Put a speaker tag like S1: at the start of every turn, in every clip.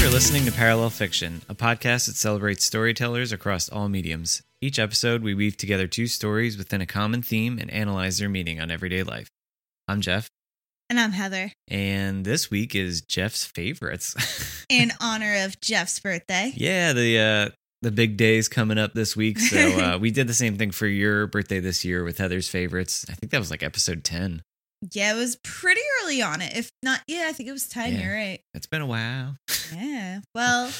S1: You're listening to Parallel Fiction, a podcast that celebrates storytellers across all mediums. Each episode, we weave together two stories within a common theme and analyze their meaning on everyday life. I'm Jeff,
S2: And I'm Heather.
S1: and this week is Jeff's favorites.
S2: In honor of Jeff's birthday.
S1: yeah, the uh, the big day's coming up this week, so uh, we did the same thing for your birthday this year with Heather's favorites. I think that was like episode ten.
S2: Yeah, it was pretty early on it. If not, yeah, I think it was 10.
S1: Yeah.
S2: You're right.
S1: It's been a while.
S2: Yeah. Well,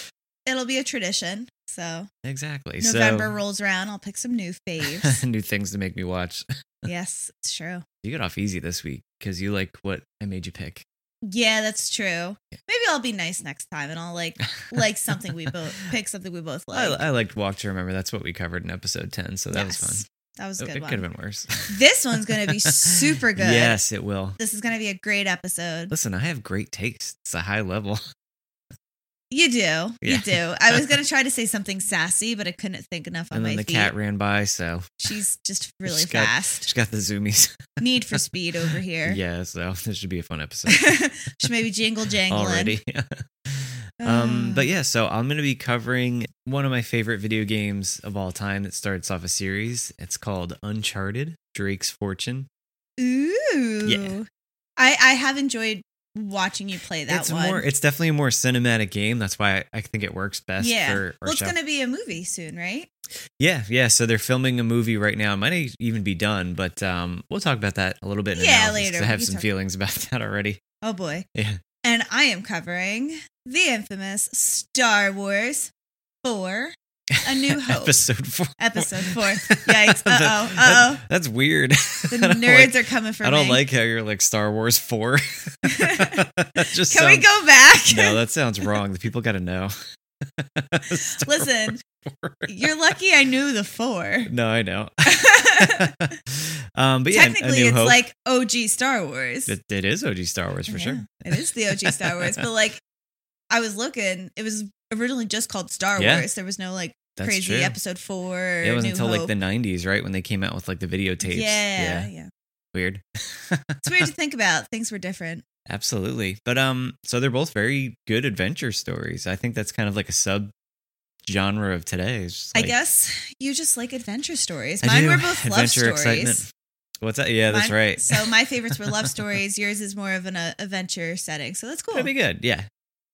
S2: it'll be a tradition. So
S1: Exactly.
S2: November rolls around. I'll pick some new faves.
S1: so new things to make me watch.
S2: yes, it's true.
S1: You got off easy this week because you like what I made you pick.
S2: Yeah, that's true. Maybe I'll be nice next time and I'll like like something we both pick something we both like.
S1: I, I liked Walk to Remember. That's what we covered in episode 10. So that was fun.
S2: That was a
S1: It-
S2: good
S1: it
S2: one.
S1: could have been worse.
S2: This one's gonna be super good.
S1: Yes, it will.
S2: This is gonna be a great episode.
S1: Listen, I have great taste. It's a high level.
S2: You do. You
S1: Yeah.
S2: do. I was gonna try to say something sassy, but I couldn't think enough on
S1: and then
S2: my
S1: the
S2: feet.
S1: cat ran by. So
S2: She's just really
S1: She's got-
S2: fast.
S1: she got the zoomies.
S2: Need for speed over here.
S1: yeah, so this should be a fun episode
S2: she may be jingle jangling. Uh,
S1: already. um, but yeah, so I'm going to be covering one of my favorite video games of all time that starts off a series. It's called Uncharted Drake's Fortune.
S2: Ooh.
S1: Yeah.
S2: I, I have enjoyed watching you play that
S1: it's
S2: one.
S1: more it's definitely a more cinematic game that's why i, I think it works best
S2: Yeah.
S1: for our
S2: well, it's
S1: show.
S2: going to be a movie soon, right?
S1: yeah yeah so they're filming a movie right now it might even be done but um we'll talk about that a little bit in
S2: Yeah,
S1: analysis, 'cause
S2: later.
S1: i have
S2: We
S1: some
S2: talk-
S1: feelings about that already
S2: Oh, boy.
S1: yeah
S2: And I am covering the infamous Star Wars 4 A New Hope.
S1: episode four
S2: Episode four. Yikes.
S1: The-
S2: Uh-oh.
S1: that-
S2: Uh-oh.
S1: that's weird
S2: The nerds are coming for
S1: i don't
S2: me.
S1: like how you're like star wars four That just
S2: Can we
S1: sounds-
S2: go back?
S1: no that sounds wrong the people gotta know Star
S2: Listen,
S1: Wars four.
S2: you're lucky I knew the four.
S1: no i know um but yeah a
S2: Technically,
S1: new
S2: it's
S1: hope.
S2: like OG Star Wars.
S1: It, it is OG Star Wars for
S2: Yeah,
S1: sure.
S2: It is the OG Star Wars, but like I was looking, it was originally just called Star
S1: Yeah.
S2: Wars. There was no like
S1: That's
S2: crazy
S1: true.
S2: episode four. or
S1: It was
S2: New
S1: until like
S2: Hope.
S1: the 90s, right? When they came out with like the videotapes.
S2: Yeah, yeah,
S1: Weird.
S2: It's weird to think about. Things were different.
S1: Absolutely. But um so they're both very good adventure stories. I think that's kind of like a sub genre of today. It's just
S2: I
S1: like-
S2: guess you just like adventure stories.
S1: I
S2: Mine
S1: do.
S2: were both love
S1: Adventure,
S2: stories.
S1: excitement. What's that? Yeah, that's
S2: Mine-
S1: right.
S2: So my favorites were love stories. Yours is more of an uh, adventure setting. So that's cool.
S1: That'd be good. Yeah.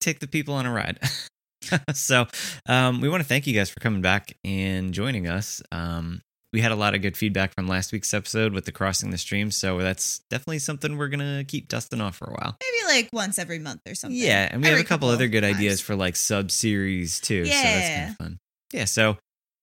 S1: Take the people on a ride. so, um, we want to thank you guys for coming back and joining us. Um, we had a lot of good feedback from last week's episode with the crossing the stream. So, that's definitely something we're going to keep dusting off for a while.
S2: Maybe like once every month or something.
S1: Yeah. And we
S2: Every
S1: have a couple,
S2: couple
S1: other good
S2: times.
S1: ideas for like sub series too. So, that's kind
S2: Yeah.
S1: of fun. Yeah. So,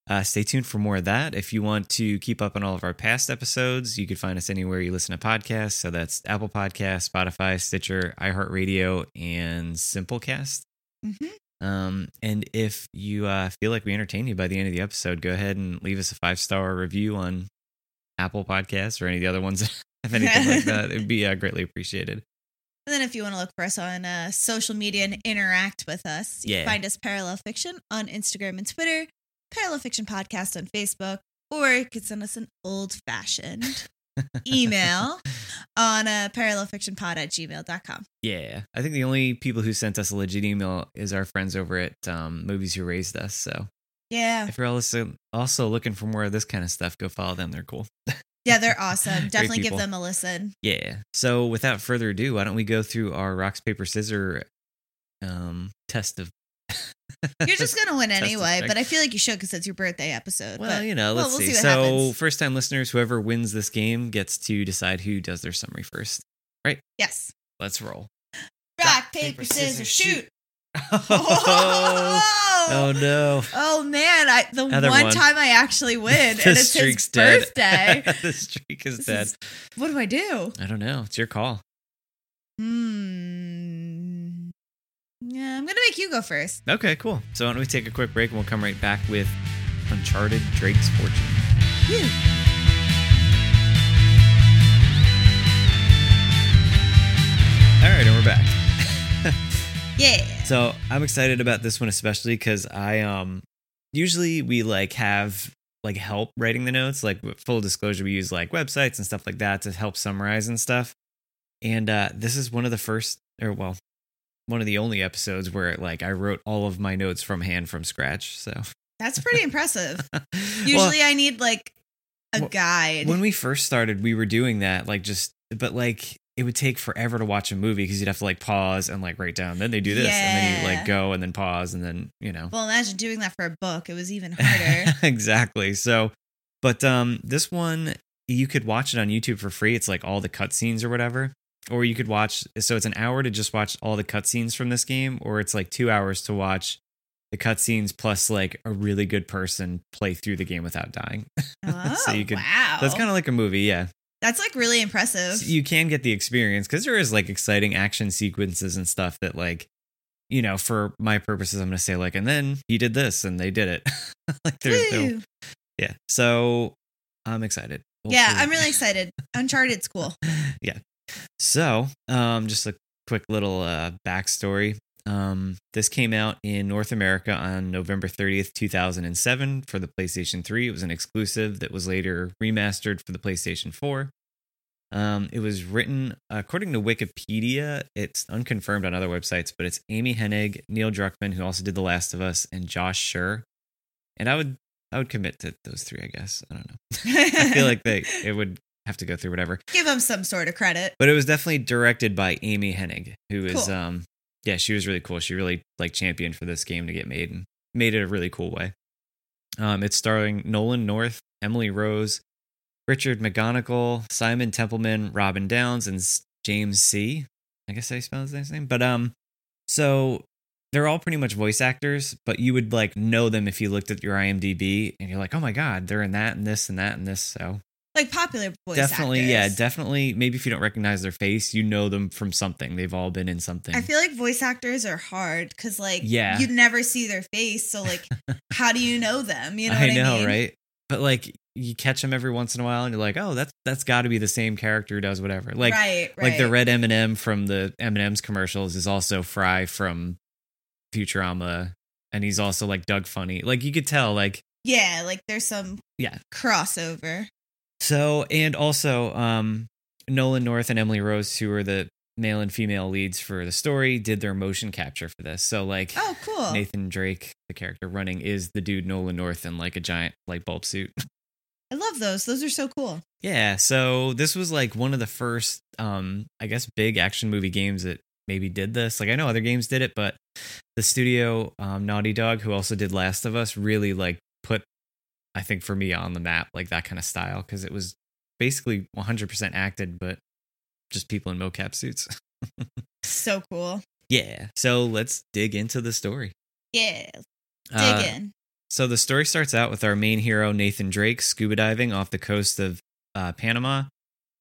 S1: uh, stay tuned for more of that. If you want to keep up on all of our past episodes, you can find us anywhere you listen to podcasts. So that's Apple Podcasts, Spotify, Stitcher, iHeartRadio, and Simplecast.
S2: Mhm.
S1: Um, and if you uh, feel like we entertain you by the end of the episode, go ahead and leave us a five star review on Apple Podcasts or any of the other ones that have anything like that. It'd be uh, greatly appreciated.
S2: And then if you want to look for us on uh, social media and interact with us, you
S1: Yeah.
S2: can find us Parallel Fiction on Instagram and Twitter, Parallel Fiction Podcast on Facebook, or you could send us an old fashioned email on uh, parallelfictionpod at gmail.com.
S1: Yeah, I think the only people who sent us a legit email is our friends over at um, Movies Who Raised Us. So
S2: Yeah.
S1: if you're also also looking for more of this kind of stuff, go follow them. They're cool.
S2: Yeah, they're awesome.
S1: Great
S2: Definitely give
S1: people.
S2: them a listen.
S1: Yeah. So without further ado, why don't we go through our rocks paper scissor um, test of?
S2: You're just going to win
S1: Test
S2: anyway,
S1: effect.
S2: but I feel like you should because it's your birthday episode.
S1: Well,
S2: but
S1: you know,
S2: well,
S1: let's
S2: we'll
S1: see.
S2: see what
S1: so,
S2: happens.
S1: first time listeners, whoever wins this game gets to decide who does their summary first.
S2: yes.
S1: Let's roll.
S2: Rock, paper, scissors, shoot.
S1: oh, no.
S2: Oh man, I the
S1: Heather
S2: one
S1: won.
S2: time I actually win and
S1: the
S2: it's
S1: streak's
S2: his
S1: dead.
S2: birthday.
S1: the streak is
S2: This
S1: dead.
S2: is- what do I do?
S1: I don't know. It's your call.
S2: Hmm. Yeah, I'm gonna make you go first.
S1: Okay, cool. So, why don't we take a quick break and we'll come right back with Uncharted Drake's Fortune.
S2: Phew.
S1: All right, and we're back.
S2: Yeah.
S1: So I'm excited about this one especially because I um usually we like have like help writing the notes. Like full disclosure, we use like websites and stuff like that to help summarize and stuff. And uh, this is one of the first, or well, one of the only episodes where like I wrote all of my notes from hand from scratch. So
S2: That's pretty impressive.
S1: Well,
S2: Usually I need like a
S1: Well,
S2: guide.
S1: when we first started, we were doing that like just, but like it would take forever to watch a movie because you'd have to like pause and like write down. Then they do this, and then you
S2: Yeah.
S1: like go and then pause and then you know.
S2: well, imagine doing that for a book. It was even harder.
S1: exactly. So, but um, this one you could watch it on YouTube for free. It's like all the cutscenes or whatever, or you could watch. So it's an hour to just watch all the cutscenes from this game, or it's like two hours to watch the cutscenes plus like a really good person play through the game without dying.
S2: oh,
S1: So you could-
S2: wow.
S1: That's kind of like a movie, yeah.
S2: That's like really impressive.
S1: So you can get the experience because there is like exciting action sequences and stuff that like. You know, for my purposes, I'm gonna say like, and then he did this, and they did it. like, there's, there,
S2: Woo.
S1: yeah. So I'm excited. We'll
S2: yeah,
S1: see.
S2: I'm really excited. Uncharted's cool.
S1: So, um, just a quick little uh, backstory. Um, this came out in North America on November 30th, 2007, for the PlayStation 3. It was an exclusive that was later remastered for the PlayStation 4. Um, it was written, according to Wikipedia, it's unconfirmed on other websites, but it's Amy Hennig, Neil Druckmann, who also did The Last of Us, and Josh Schur. And I would, I would commit to those three, I guess. I don't know. I feel like they it would have to go through whatever.
S2: give them some sort of credit.
S1: But it was definitely directed by Amy Hennig, who is
S2: Cool.
S1: um yeah, she was really cool. She really like championed for this game to get made and made it a really cool way. Um it's starring Nolan North, Emily Rose, Richard McGonigal, Simon Templeman, Robin Downs, and S- James C. I guess I spelled his last name. But um so they're all pretty much voice actors, but you would like know them if you looked at your IMDb and you're like, oh my god, they're in that and this and that and this. So
S2: Like popular voice
S1: definitely yeah
S2: actors.
S1: definitely maybe if you don't recognize their face you know them from something they've all been in something
S2: I feel like voice actors are hard because like
S1: Yeah.
S2: you never see their face, so like how do you know them? You know
S1: I
S2: what
S1: know
S2: I mean?
S1: right but like you catch them every once in a while and you're like oh that's that's got to be the same character who does whatever like
S2: right, right.
S1: like the red m&m from the m&m's commercials is also fry from futurama and he's also like doug funny like you could tell like
S2: yeah, like there's some
S1: Yeah.
S2: crossover.
S1: So, and also, um, Nolan North and Emily Rose, who are the male and female leads for the story, did their motion capture for this. So, like,
S2: Oh, cool.
S1: Nathan Drake, the character running, is the dude Nolan North in like a giant light bulb suit.
S2: I love those. Those are so cool.
S1: Yeah. So, this was like one of the first, um, I guess, big action movie games that maybe did this. Like, I know other games did it, but the studio, um, Naughty Dog, who also did Last of Us, really like put, I think, for me on the map, like that kind of style, because it was basically 100% acted, but just people in mocap suits.
S2: So cool.
S1: yeah. So, let's dig into the story.
S2: Yeah. Dig
S1: Uh,
S2: in.
S1: So the story starts out with our main hero Nathan Drake scuba diving off the coast of uh, Panama,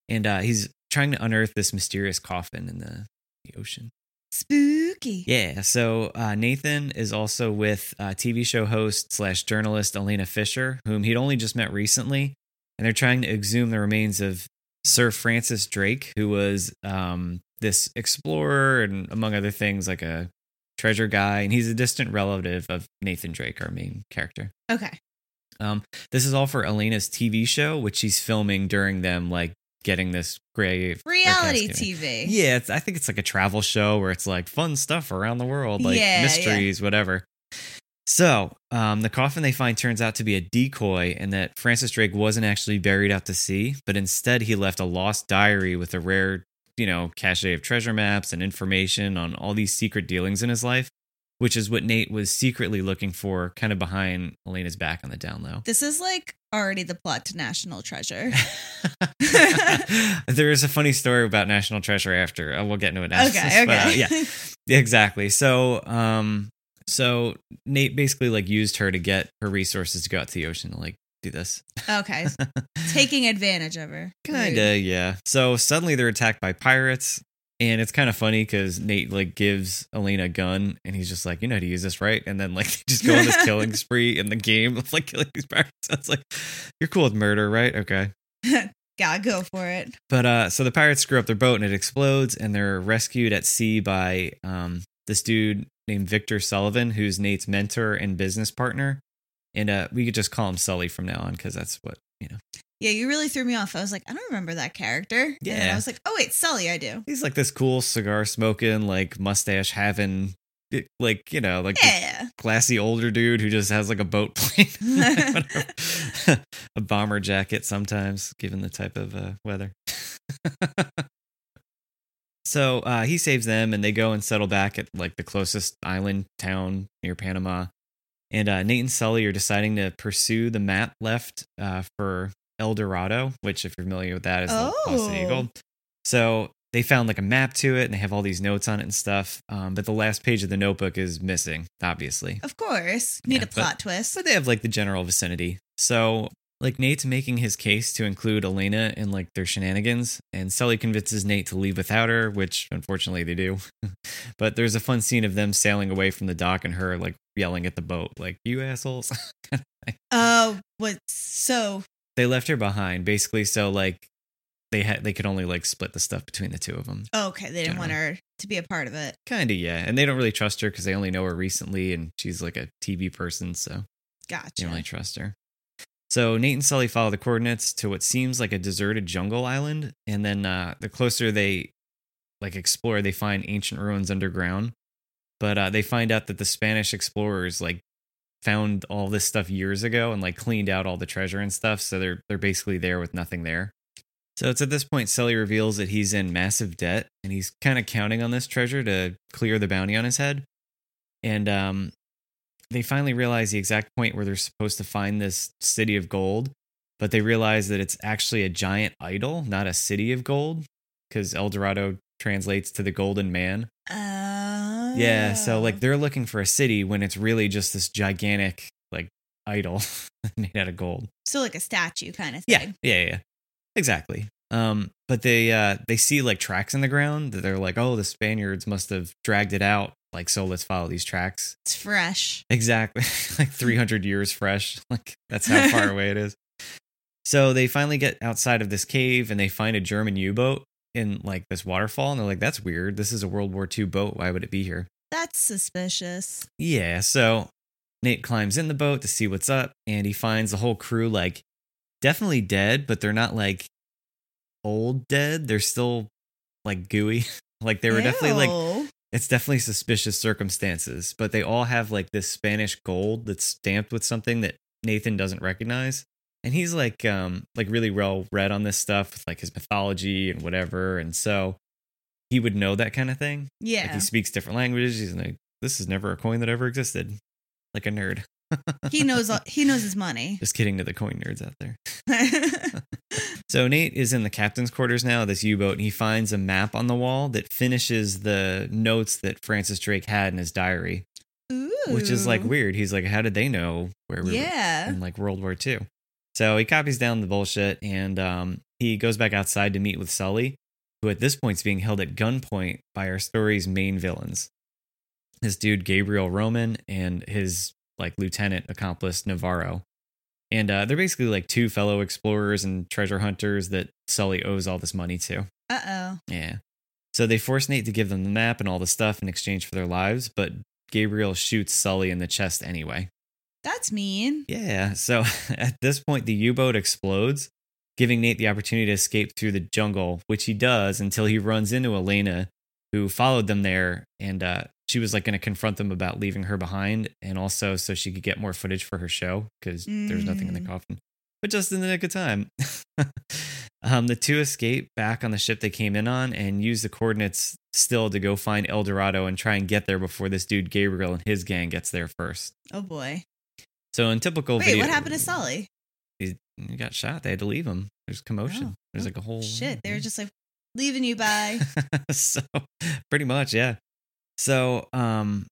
S1: and uh, he's trying to unearth this mysterious coffin in the, the ocean.
S2: Spooky.
S1: Yeah. So uh, Nathan is also with uh, TV show host slash journalist Elena Fisher, whom he'd only just met recently, and they're trying to exhume the remains of Sir Francis Drake, who was um, this explorer and among other things like a treasure guy, and he's a distant relative of Nathan Drake, our main character.
S2: Okay.
S1: Um, this is all for Elena's TV show, which she's filming during them like getting this grave.
S2: Reality
S1: casting.
S2: TV.
S1: Yeah, it's, I think it's like a travel show where it's like fun stuff around the world, like
S2: Yeah, yeah.
S1: mysteries, whatever. So, um, the coffin they find turns out to be a decoy, and that Francis Drake wasn't actually buried out to sea, but instead he left a lost diary with a rare, you know, cache of treasure maps and information on all these secret dealings in his life, which is what Nate was secretly looking for, kind of behind Elena's back on the down low.
S2: This is like already the plot to National Treasure.
S1: there is a funny story about National Treasure after. Uh, we'll get into it after.
S2: okay. Okay.
S1: But, uh, yeah, exactly. So, um, so Nate basically like used her to get her resources to go out to the ocean to like do this.
S2: okay. Taking advantage of her.
S1: Kinda, yeah. So suddenly they're attacked by pirates, and it's kind of funny because Nate like gives Elena a gun, and he's just like, "You know how to use this, right?" And then like they just go on this killing spree in the game of like killing these pirates. It's like, "You're cool with murder, right?" Okay.
S2: Gotta go for it.
S1: But uh, so the pirates screw up their boat and it explodes, and they're rescued at sea by um, this dude named Victor Sullivan, who's Nate's mentor and business partner. And uh, we could just call him Sully from now on because that's what, you know,
S2: Yeah, you really threw me off. I was like, I don't remember that character. And then
S1: Yeah.
S2: I was like, oh, wait, Sully, I do.
S1: he's like this cool cigar smoking, like mustache having, like, you know, like the
S2: Yeah.
S1: classy older dude who just has like a boat plane, Whatever. a bomber jacket sometimes, given the type of uh, weather. so uh, he saves them, and they go and settle back at like the closest island town near Panama. And uh, Nate and Sully are deciding to pursue the map left uh, for El Dorado, which, if you're familiar with that, is the Lost
S2: Oh.
S1: Eagle. So they found like a map to it, and they have all these notes on it and stuff. Um, but the last page of the notebook is missing, obviously.
S2: Of course. Need
S1: Yeah,
S2: a
S1: but-
S2: plot twist.
S1: So they have like the general vicinity. So like Nate's making his case to include Elena in like their shenanigans, and Sully convinces Nate to leave without her, which unfortunately they do. but there's a fun scene of them sailing away from the dock and her like yelling at the boat, like "You assholes!"
S2: Oh, what's so
S1: they left her behind basically, so like they had they could only like split the stuff between the two of them.
S2: oh, okay. They didn't want her to be a part of it.
S1: Kind of yeah, and they don't really trust her because they only know her recently, and she's like a TV person, so. You
S2: Gotcha.
S1: don't really trust her. So Nate and Sully follow the coordinates to what seems like a deserted jungle island, and then uh, the closer they like explore, they find ancient ruins underground. But uh, they find out that the Spanish explorers like found all this stuff years ago and like cleaned out all the treasure and stuff. So they're they're basically there with nothing there. So it's at this point Sully reveals that he's in massive debt and he's kind of counting on this treasure to clear the bounty on his head. And um, they finally realize the exact point where they're supposed to find this city of gold, but they realize that it's actually a giant idol, not a city of gold, because El Dorado translates to the golden man.
S2: Oh.
S1: Yeah, so like they're looking for a city when it's really just this gigantic like idol made out of gold.
S2: so like a statue kind of
S1: Yeah,
S2: thing.
S1: yeah, yeah, exactly. Um, but they uh they see like tracks in the ground that they're like, oh, the Spaniards must have dragged it out. Like, so let's follow these tracks.
S2: It's fresh.
S1: Exactly. like 300 years fresh. Like that's how far away it is. So they finally get outside of this cave and they find a German U boat in like this waterfall. And they're like, that's weird. This is a World War II boat. Why would it be here?
S2: That's suspicious.
S1: Yeah. So Nate climbs in the boat to see what's up and he finds the whole crew like definitely dead, but they're not like old dead. They're still like gooey. like they were definitely like
S2: Ew.
S1: it's definitely suspicious circumstances, but they all have like this Spanish gold that's stamped with something that Nathan doesn't recognize. And he's like um like really well read on this stuff with like his mythology and whatever. And so he would know that kind of thing. Like
S2: Yeah.
S1: he speaks different languages. He's like, this is never a coin that ever existed. Like a nerd.
S2: he knows all- he knows his money.
S1: Just kidding to the coin nerds out there.
S2: oh,
S1: So Nate is in the captain's quarters now, this U-boat, and he finds a map on the wall that finishes the notes that Francis Drake had in his diary. which is like
S2: Ooh.
S1: weird. He's like, how did they know where we were
S2: Yeah.
S1: in like World War II? So he copies down the bullshit and um, he goes back outside to meet with Sully, who at this point is being held at gunpoint by our story's main villains. This dude, Gabriel Roman, and his like lieutenant accomplice, Navarro. And uh, they're basically like two fellow explorers and treasure hunters that Sully owes all this money to.
S2: Uh oh.
S1: Yeah. So they force Nate to give them the map and all the stuff in exchange for their lives, but Gabriel shoots Sully in the chest anyway.
S2: That's mean.
S1: Yeah. So at this point, the U boat explodes, giving Nate the opportunity to escape through the jungle, which he does until he runs into Elena, who followed them there. And uh, she was like going to confront them about leaving her behind and also so she could get more footage for her show because there's nothing in the
S2: Mm.
S1: coffin. But just in the nick of time. um, the two escape back on the ship they came in on and use the coordinates still to go find El Dorado and try and get there before this dude Gabriel and his gang gets there first.
S2: Oh boy.
S1: So in typical
S2: Wait,
S1: video,
S2: what happened to Sully?
S1: he, he got shot. They had to leave him. There's commotion.
S2: Oh,
S1: There's
S2: oh,
S1: like a whole
S2: Shit, they were just like leaving you by.
S1: so pretty much, yeah. So um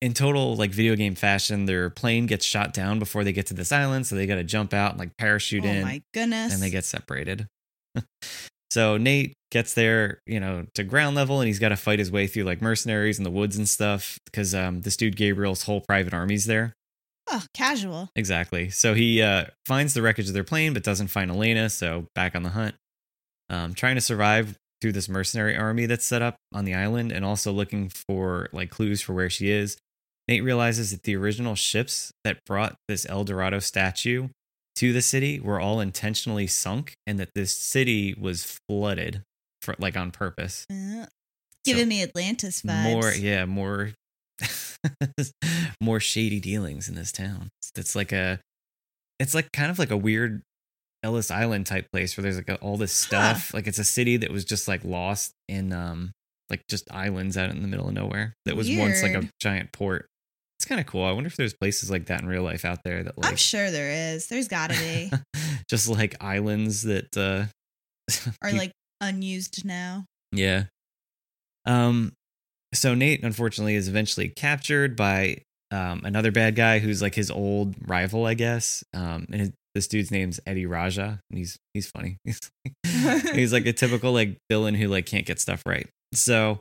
S1: in total like video game fashion, their plane gets shot down before they get to this island, so they gotta jump out and like parachute
S2: oh
S1: in
S2: my goodness.
S1: and they get separated. so Nate gets there, you know, to ground level, and he's got to fight his way through like mercenaries in the woods and stuff because um, this dude Gabriel's whole private army's there.
S2: oh casual.
S1: Exactly. So he uh, finds the wreckage of their plane, but doesn't find Elena. So back on the hunt, um, trying to survive through this mercenary army that's set up on the island and also looking for like clues for where she is. Nate realizes that the original ships that brought this El Dorado statue to the city were all intentionally sunk and that this city was flooded for like on purpose.
S2: Uh, giving me Atlantis vibes.
S1: More yeah, more more shady dealings in this town. It's like a it's like kind of like a weird Ellis Island type place where there's like all this stuff. Like it's a city that was just like lost in um like just islands out in the middle of nowhere that was once like a
S2: Weird.
S1: giant port. It's kind of cool. I wonder if there's places like that in real life out there that like
S2: I'm sure there is. There's got to be.
S1: just like islands that uh
S2: Are
S1: peop-
S2: like unused now.
S1: yeah. Um so Nate unfortunately is eventually captured by um another bad guy who's like his old rival, I guess. Um and his, this dude's name's Eddie Raja and he's he's funny. He's like, he's like a typical like villain who like can't get stuff right. So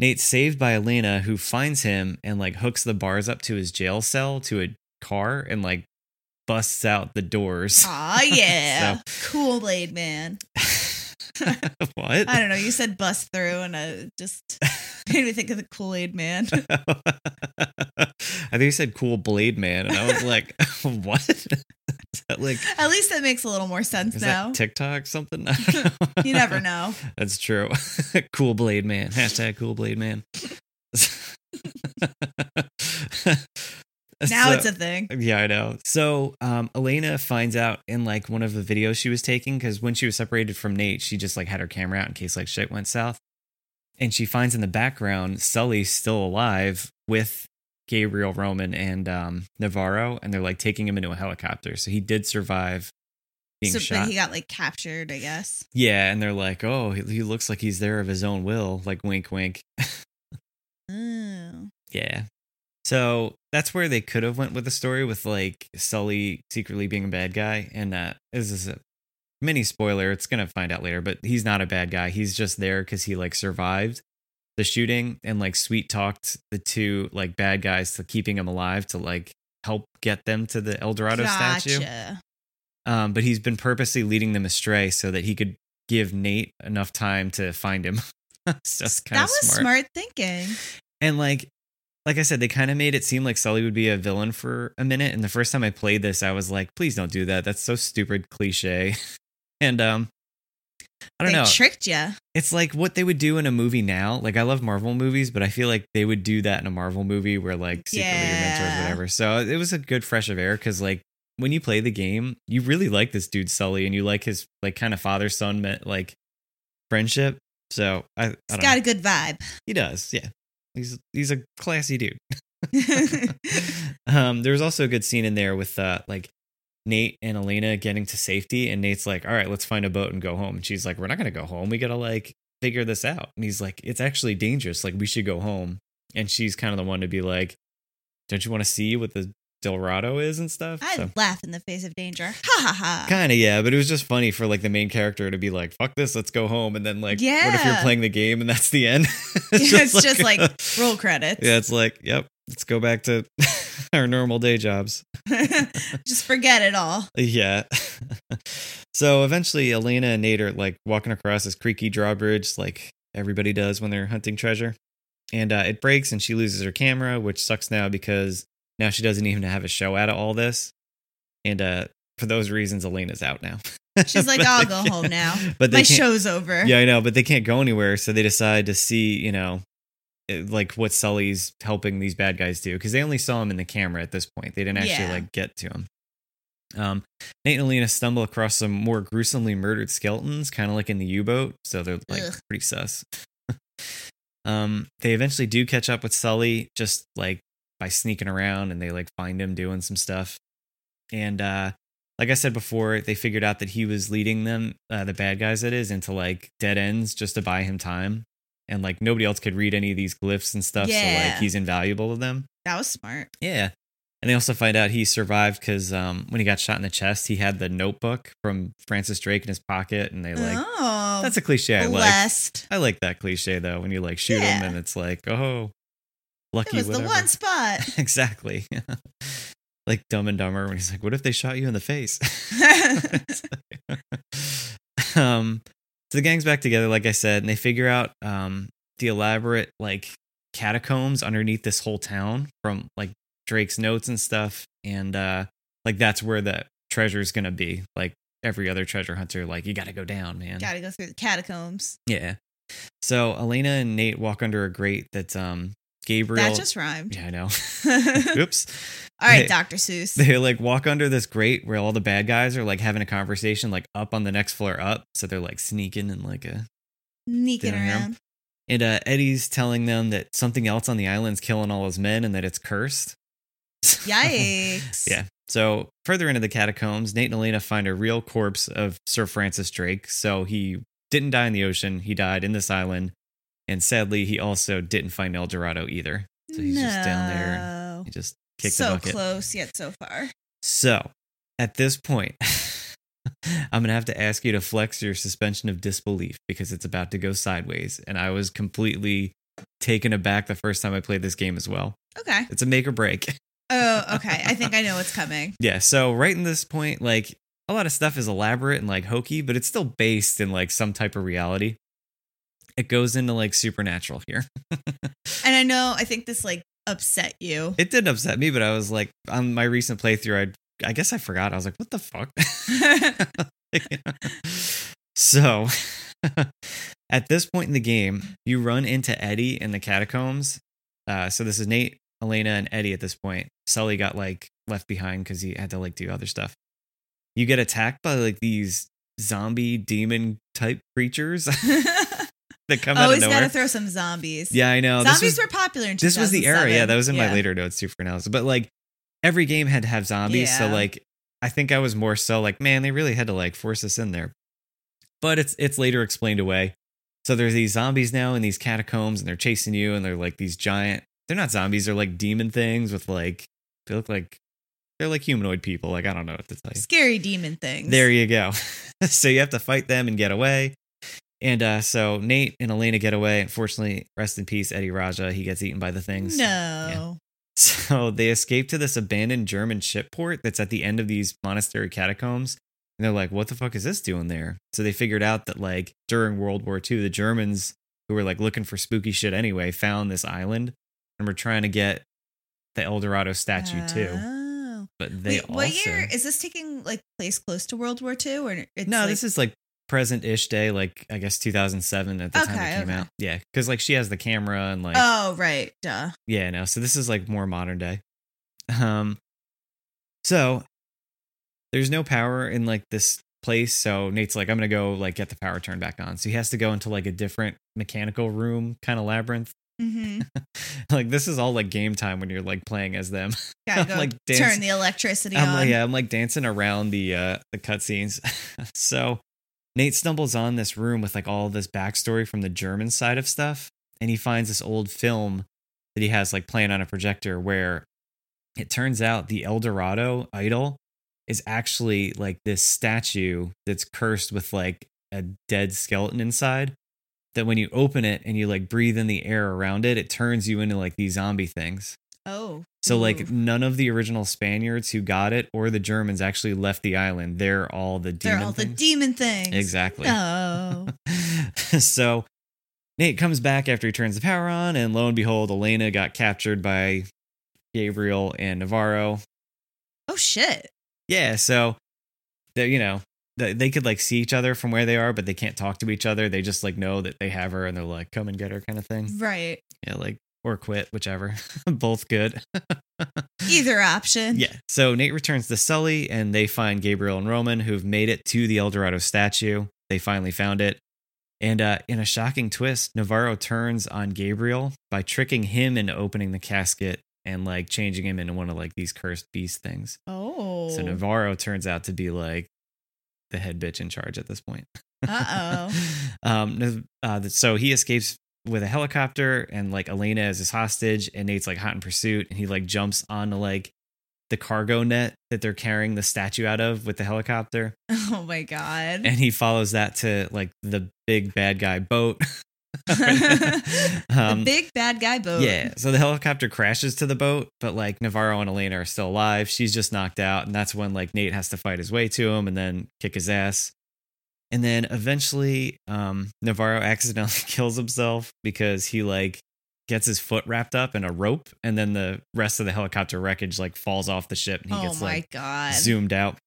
S1: Nate's saved by Elena who finds him and like hooks the bars up to his jail cell to a car and like busts out the doors.
S2: Aw, yeah. Cool Blade Man.
S1: what?
S2: I don't know. You said bust through, and I just made me think of the Kool Aid Man.
S1: I think you said cool blade man, and I was like, what? Is that like
S2: At least that makes a little more sense
S1: is
S2: now.
S1: that TikTok something? I don't know.
S2: you never know.
S1: That's true. cool blade man. Hashtag cool blade man.
S2: Now
S1: So-
S2: it's a thing.
S1: yeah, I know. So um, Elena finds out in like one of the videos she was taking because when she was separated from Nate, she just like had her camera out in case like shit went south. And she finds in the background Sully's still alive with Gabriel Roman and um, Navarro, and they're like taking him into a helicopter. So he did survive being
S2: So
S1: shot.
S2: but he got like captured, I guess.
S1: yeah, and they're like, oh, he- he looks like he's there of his own will, like wink, wink.
S2: Oh.
S1: Yeah. So that's where they could have went with the story with like Sully secretly being a bad guy, and uh, this is a mini spoiler. It's gonna find out later, but he's not a bad guy. He's just there because he like survived the shooting and like sweet talked the two like bad guys to keeping him alive to like help get them to the El Dorado statue.
S2: Gotcha.
S1: Um, but he's been purposely leading them astray so that he could give Nate enough time to find him. so it's kind
S2: That
S1: of
S2: was smart. thinking.
S1: and like like I said, they kind of made it seem like Sully would be a villain for a minute. And the first time I played this, I was like, please don't do that. That's so stupid cliche. and um I don't
S2: they
S1: know.
S2: tricked you.
S1: it's like what they would do in a movie now. Like I love Marvel movies, but I feel like they would do that in a Marvel movie where like secretly your mentors
S2: Yeah.
S1: or whatever. So uh, it was a good fresh of air because like when you play the game, you really like this dude Sully and you like his like kind of father son like friendship. So I, I
S2: It's
S1: don't
S2: got a good vibe.
S1: he does, yeah. He's he's a classy dude. um, there was also a good scene in there with uh, like Nate and Elena getting to safety, and Nate's like, "All right, let's find a boat and go home." And she's like, "We're not gonna go home. We gotta like figure this out." And he's like, "It's actually dangerous. Like, we should go home." And she's kind of the one to be like, "Don't you want to see what the Dorado is and stuff?"
S2: I uh, laugh in the face of danger. Ha ha ha.
S1: Kind of, yeah, but it was just funny for like the main character to be like, "Fuck this, let's go home," and then like, what if you're
S2: Yeah.
S1: playing the game and that's the end?
S2: it's just like, roll credits.
S1: Yeah, it's like, yep, let's go back to our normal day jobs.
S2: just forget it all.
S1: Yeah. so eventually, Elena and Nate are like walking across this creaky drawbridge, like everybody does when they're hunting treasure. And uh, it breaks, and she loses her camera, which sucks now because now she doesn't even have a show out of all this. And uh, for those reasons, Elena's out now.
S2: She's like, "Oh,
S1: But
S2: I'll
S1: they
S2: go
S1: can't-
S2: home now.
S1: But they
S2: My
S1: can't-
S2: show's over.
S1: yeah, I know, but they can't go anywhere, so they decide to see, you know, it- like what Sully's helping these bad guys do because they only saw him in the camera at this point. They didn't actually
S2: Yeah.
S1: like get to him. Um, Nate and Elena stumble across some more gruesomely murdered skeletons, kind of like in the U-boat, so they're like
S2: Ugh.
S1: pretty sus. um, they eventually do catch up with Sully, just like by sneaking around, and they like find him doing some stuff. And uh, like I said before, they figured out that he was leading them, uh, the bad guys that is, into like dead ends just to buy him time. And like nobody else could read any of these glyphs and stuff. So like
S2: Yeah.
S1: he's invaluable to them.
S2: That was smart.
S1: Yeah. And they also find out he survived because um, when he got shot in the chest, he had the notebook from Francis Drake in his pocket. And they like,
S2: oh,
S1: that's a cliche I like.
S2: blessed.
S1: I like that cliche though, when you like shoot him
S2: Yeah.
S1: and it's like, oh, lucky
S2: It was
S1: whatever
S2: the one spot.
S1: exactly. like Dumb and Dumber when he's like, "What if they shot you in the face?" um, So the gang's back together, like I said, and they figure out um, the elaborate like catacombs underneath this whole town from like Drake's notes and stuff, and uh, like that's where the treasure is gonna be. Like every other treasure hunter, like you got to go down, man.
S2: Gotta go through the catacombs.
S1: Yeah. So Elena and Nate walk under a grate that's um Gabriel.
S2: That just rhymed.
S1: yeah, I know.
S2: All
S1: Oops.
S2: right,
S1: Hey.
S2: Dr. Seuss.
S1: They like walk under this grate where all the bad guys are like having a conversation like up on the next floor up. So they're like sneaking and like a
S2: Sneaking
S1: Damn.
S2: around.
S1: and uh Eddie's telling them that something else on the island's killing all his men and that it's cursed.
S2: Yikes.
S1: Yeah. So further into the catacombs, Nate and Elena find a real corpse of Sir Francis Drake. So he didn't die in the ocean; he died in this island, and sadly, he also didn't find El Dorado either. So he's just down there and
S2: No.
S1: He just kicked
S2: so
S1: the bucket.
S2: close yet so far.
S1: So at this point, I'm gonna have to ask you to flex your suspension of disbelief because it's about to go sideways, and I was completely taken aback the first time I played this game as well.
S2: Okay.
S1: It's a make or break.
S2: Oh, okay. I think I know what's coming.
S1: Yeah. So right in this point, like a lot of stuff is elaborate and like hokey, but it's still based in like some type of reality. It goes into like supernatural here.
S2: And I know, I think this like upset you.
S1: It didn't upset me, but I was like, on my recent playthrough, I I guess I forgot. I was like, what the fuck? so at this point in the game, you run into Eddie in the catacombs. Uh, so this is Nate, Elena, and Eddie at this point. Sully got like left behind because he had to like do other stuff. You get attacked by like these zombie demon type creatures that come out of
S2: Always
S1: nowhere.
S2: gotta throw some zombies.
S1: yeah, I know.
S2: zombies
S1: this was,
S2: were popular in
S1: this was the era. Yeah,
S2: 2007.
S1: that was in my
S2: Yeah.
S1: later notes too for analysis. But like every game had to have zombies. So
S2: Yeah.
S1: like I think I was more so like, man, they really had to like force us in there. But it's it's later explained away. So there's these zombies now in these catacombs and they're chasing you and they're like these giant they're not zombies, they're like demon things with like they look like they're like humanoid people. Like I don't know what to tell you.
S2: Scary demon things.
S1: There you go. so you have to fight them and get away. And uh, so Nate and Elena get away. Unfortunately, rest in peace, Eddie Raja. He gets eaten by the things.
S2: No.
S1: So they escape to this abandoned German ship port that's at the end of these monastery catacombs. And they're like, what the fuck is this doing there? So they figured out that, like, during World War II, the Germans, who were like looking for spooky shit anyway, found this island and were trying to get the El Dorado statue too.
S2: Oh.
S1: But they
S2: Wait,
S1: also.
S2: what year is this taking like place close to World War II or it's
S1: no,
S2: like,
S1: this is like present ish day, like, I guess 2007 at the time
S2: Okay,
S1: it came
S2: okay.
S1: out. Yeah. Cause, like, she has the camera and, like,
S2: Oh right, duh.
S1: Yeah, no. So this is like more modern day. Um so there's no power in like this place, so Nate's like I'm going to go like get the power turned back on. So he has to go into like a different mechanical room kind of labyrinth.
S2: Mm-hmm.
S1: Like this is all like game time when you're like playing as them.
S2: Gotta
S1: I'm,
S2: go
S1: like,
S2: turn
S1: dancing-
S2: the electricity
S1: I'm
S2: on.
S1: like yeah, I'm like dancing around the uh the cutscenes. so Nate stumbles on this room with like all this backstory from the German side of stuff, and he finds this old film that he has like playing on a projector where it turns out the El Dorado idol is actually like this statue that's cursed with like a dead skeleton inside. That when you open it and you like breathe in the air around it, it turns you into like these zombie things.
S2: Oh.
S1: So like
S2: Ooh.
S1: none of the original Spaniards who got it or the Germans actually left the island. They're all the demon
S2: they're all the
S1: things.
S2: demon things. Oh.
S1: Exactly.
S2: No.
S1: so Nate comes back after he turns the power on, and lo and behold, Elena got captured by Gabriel and Navarro.
S2: oh shit.
S1: Yeah, so they you know they, they could like see each other from where they are, but they can't talk to each other. They just like know that they have her, and they're like, "Come and get her," kind of thing.
S2: Right.
S1: Yeah, like or quit, whichever. Both good.
S2: Either option.
S1: Yeah. So Nate returns to Sully and they find Gabriel and Roman who've made it to the El Dorado statue. They finally found it. And uh, in a shocking twist, Navarro turns on Gabriel by tricking him into opening the casket and like changing him into one of like these cursed beast things.
S2: Oh.
S1: So Navarro turns out to be like the head bitch in charge at this point.
S2: Uh oh.
S1: um, no- uh, th- so he escapes with a helicopter, and like Elena is his hostage, and Nate's like hot in pursuit, and he like jumps onto like the cargo net that they're carrying the statue out of with the helicopter,
S2: Oh my god.
S1: and he follows that to like the big bad guy boat. Um,
S2: the big bad guy boat.
S1: Yeah. So the helicopter crashes to the boat, but like Navarro and Elena are still alive. She's just knocked out. And that's when like Nate has to fight his way to him and then kick his ass. And then eventually, um, Navarro accidentally kills himself because he like gets his foot wrapped up in a rope, and then the rest of the helicopter wreckage like falls off the ship, and he
S2: oh
S1: gets
S2: my
S1: like
S2: god.
S1: zoomed out.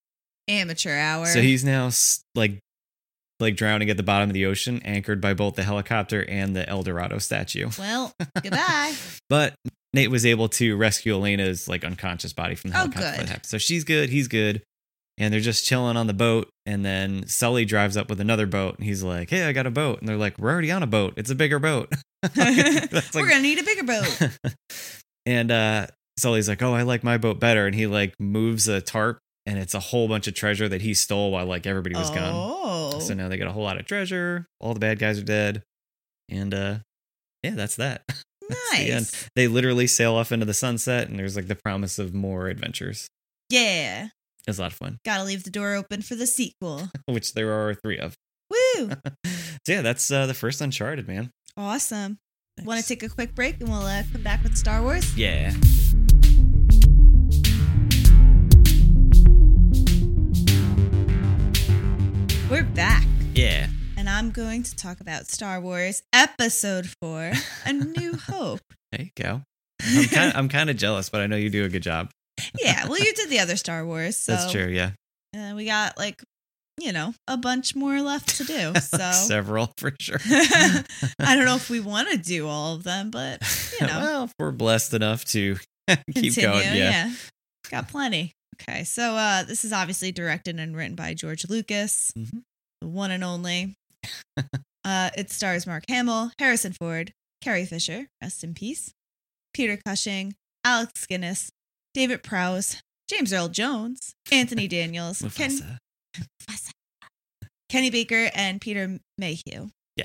S2: Amateur hour.
S1: So he's now s- like like drowning at the bottom of the ocean, anchored by both the helicopter and the El Dorado statue.
S2: well, goodbye.
S1: But Nate was able to rescue Elena's like unconscious body from the
S2: Oh,
S1: helicopter.
S2: good.
S1: flight. So she's good, he's good, and they're just chilling on the boat. And then Sully drives up with another boat, and he's like, "Hey, I got a boat." And they're like, "We're already on a boat. It's a bigger boat." That's
S2: We're
S1: like-
S2: gonna need a bigger boat.
S1: and uh, Sully's like, "Oh, I like my boat better," and he like moves a tarp, and it's a whole bunch of treasure that he stole while like everybody was gone.
S2: oh.
S1: So now they got a whole lot of treasure. All the bad guys are dead, and uh, yeah, that's that. That's the end.
S2: nice.
S1: They literally sail off into the sunset, and there's like the promise of more adventures.
S2: Yeah.
S1: It's a lot of fun,
S2: Gotta leave the door open for the sequel.
S1: which there are three of.
S2: Woo!
S1: So yeah, that's uh, the first Uncharted, man.
S2: Awesome. Want to take a quick break and we'll uh, come back with Star Wars?
S1: Yeah.
S2: We're back,
S1: Yeah.
S2: and I'm going to talk about Star Wars Episode 4 A New Hope.
S1: There you go. I'm kind of, I'm kind of jealous, but I know you do a good job.
S2: yeah, well, you did the other Star Wars. So,
S1: That's true. Yeah.
S2: Uh, we got like, you know, a bunch more left to do. So
S1: Several for sure.
S2: I don't know if we want to do all of them, but you know.
S1: well, if we're blessed enough to keep
S2: continue.
S1: going. Yeah.
S2: Got plenty. Okay. So uh this is obviously directed and written by George Lucas,
S1: Mhm.
S2: the one and only. uh it stars Mark Hamill, Harrison Ford, Carrie Fisher, rest in peace, Peter Cushing, Alex Guinness, David Prowse, James Earl Jones, Anthony Daniels, Ken,
S1: Mufasa.
S2: Kenny Baker, and Peter Mayhew.
S1: Yeah.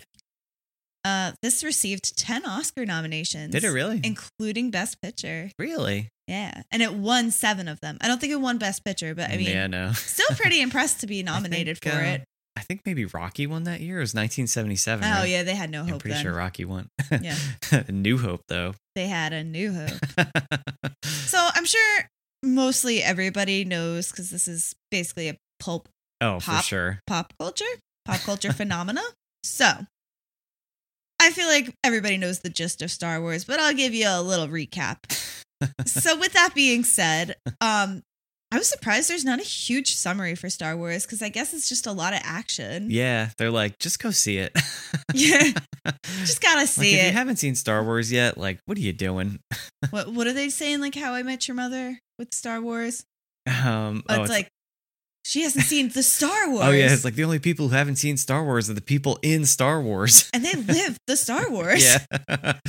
S2: Uh, this received 10 Oscar nominations,
S1: Did it really?
S2: including Best Picture.
S1: really?
S2: Yeah. And it won seven of them. I don't think it won Best Picture, but I mean,
S1: yeah, no.
S2: still pretty impressed to be
S1: I
S2: nominated
S1: think,
S2: for
S1: uh,
S2: it.
S1: I think maybe Rocky won that year. It was 1977.
S2: Oh,
S1: right?
S2: yeah. They had no
S1: I'm
S2: hope
S1: pretty
S2: then.
S1: sure Rocky won.
S2: Yeah.
S1: New Hope, though.
S2: They had a new hope. so I'm sure mostly everybody knows because this is basically a pulp
S1: oh, for
S2: Pop.
S1: sure.
S2: pop culture, pop culture phenomena. So I feel like everybody knows the gist of Star Wars, but I'll give you a little recap. so with that being said, um I was surprised there's not a huge summary for Star Wars because I guess it's just a lot of action.
S1: Yeah, they're like, just go see it.
S2: Yeah, just gotta
S1: like,
S2: see
S1: if you
S2: it.
S1: haven't seen Star Wars yet, like, what are you doing?
S2: what what are they saying? Like how I met your mother with Star Wars?
S1: Um,
S2: Oh, it's, like she hasn't seen the Star Wars.
S1: oh yeah, it's like the only people who haven't seen Star Wars are the people in Star Wars.
S2: and they live the Star Wars.
S1: yeah,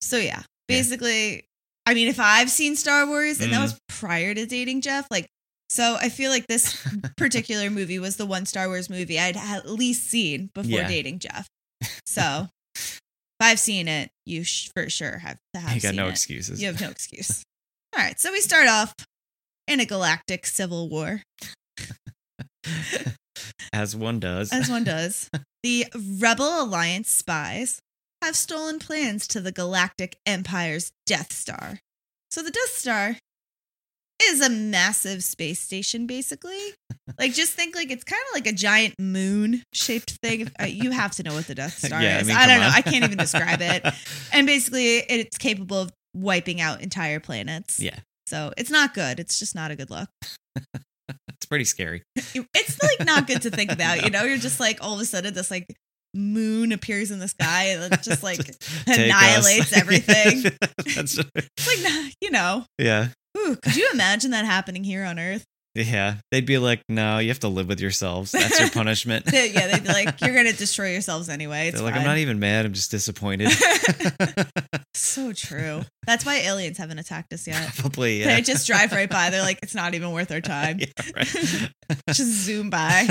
S2: So yeah, basically, I mean, if I've seen Star Wars, and that
S1: Mm.
S2: was prior to dating Jeff, like, so I feel like this particular movie was the one Star Wars movie I'd at least seen before
S1: Yeah.
S2: dating Jeff. So if I've seen it, you sh- for sure have to have
S1: you got
S2: seen
S1: no
S2: it.
S1: excuses.
S2: You have no excuse. All right, so we start off in a galactic civil war,
S1: As one does.
S2: as one does. the Rebel Alliance spies have stolen plans to the Galactic Empire's Death Star. So the Death Star is a massive space station, basically. Like, just think like it's kind of like a giant moon shaped thing. Uh, You have to know what the Death Star is. I,
S1: come
S2: don't know.
S1: on.
S2: I can't even describe it. And basically, it's capable of wiping out entire planets.
S1: Yeah.
S2: So it's not good. It's just not a good look
S1: it's pretty scary.
S2: it's like not good to think about. You know, you're just like all of a sudden this like moon appears in the sky and it just like it's
S1: Take us.
S2: annihilates everything.
S1: That's-
S2: like nah, you know.
S1: yeah,
S2: Ooh, could you imagine that happening here on Earth?
S1: yeah. They'd be like, no, you have to live with yourselves. That's your punishment.
S2: They- yeah, they'd be like, "You're gonna destroy yourselves anyway." It's
S1: They're like,
S2: fine."
S1: I'm not even mad. I'm just disappointed.
S2: so true. That's why aliens haven't attacked us yet.
S1: Probably. Yeah.
S2: They just drive right by. They're like, "It's not even worth our time."
S1: Yeah, right.
S2: Just zoom by.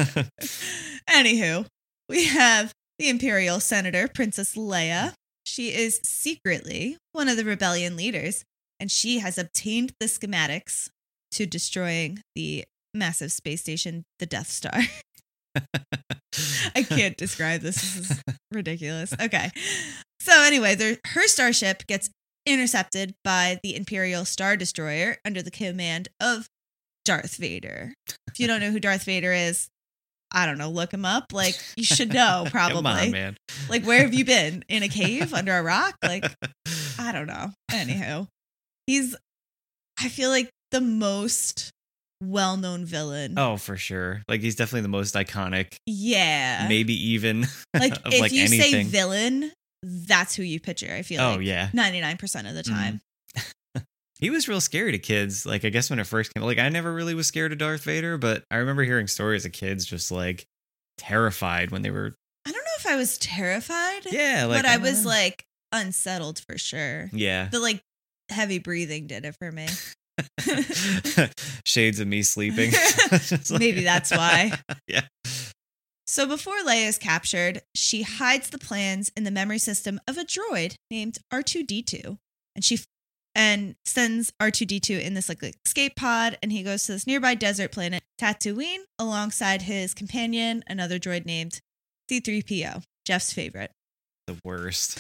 S2: Anywho, we have the Imperial Senator, Princess Leia. She is secretly one of the rebellion leaders, and she has obtained the schematics to destroying the massive space station, the Death Star. I can't describe this. This is ridiculous. Okay. So, anyway, their, her starship gets intercepted by the Imperial Star Destroyer under the command of Darth Vader. If you don't know who Darth Vader is, I don't know, look him up. Like you should know probably.
S1: Come on, man.
S2: Like where have you been? In a cave under a rock? Like I don't know. Anywho, he's I feel like the most well-known villain.
S1: Oh, for sure. Like he's definitely the most iconic.
S2: yeah.
S1: Maybe even.
S2: Like
S1: of,
S2: if
S1: like,
S2: you say
S1: anything.
S2: villain, that's who you picture. I feel
S1: Oh
S2: like
S1: yeah. Mm-hmm.
S2: 99% of the time.
S1: He was real scary to kids. Like I guess when it first came, like I never really was scared of Darth Vader, but I remember hearing stories of kids just like terrified when they were.
S2: I don't know if I was terrified,
S1: Yeah, like
S2: but I
S1: don't
S2: was
S1: know.
S2: like unsettled for sure.
S1: yeah.
S2: The like heavy breathing did it for me.
S1: Shades of me sleeping. Just like-
S2: Maybe that's why.
S1: yeah.
S2: So before Leia is captured, she hides the plans in the memory system of a droid named R2D2, and she and sends R2D2 in this like escape pod, and he goes to this nearby desert planet Tatooine alongside his companion, another droid named C3PO, Jeff's favorite.
S1: The worst.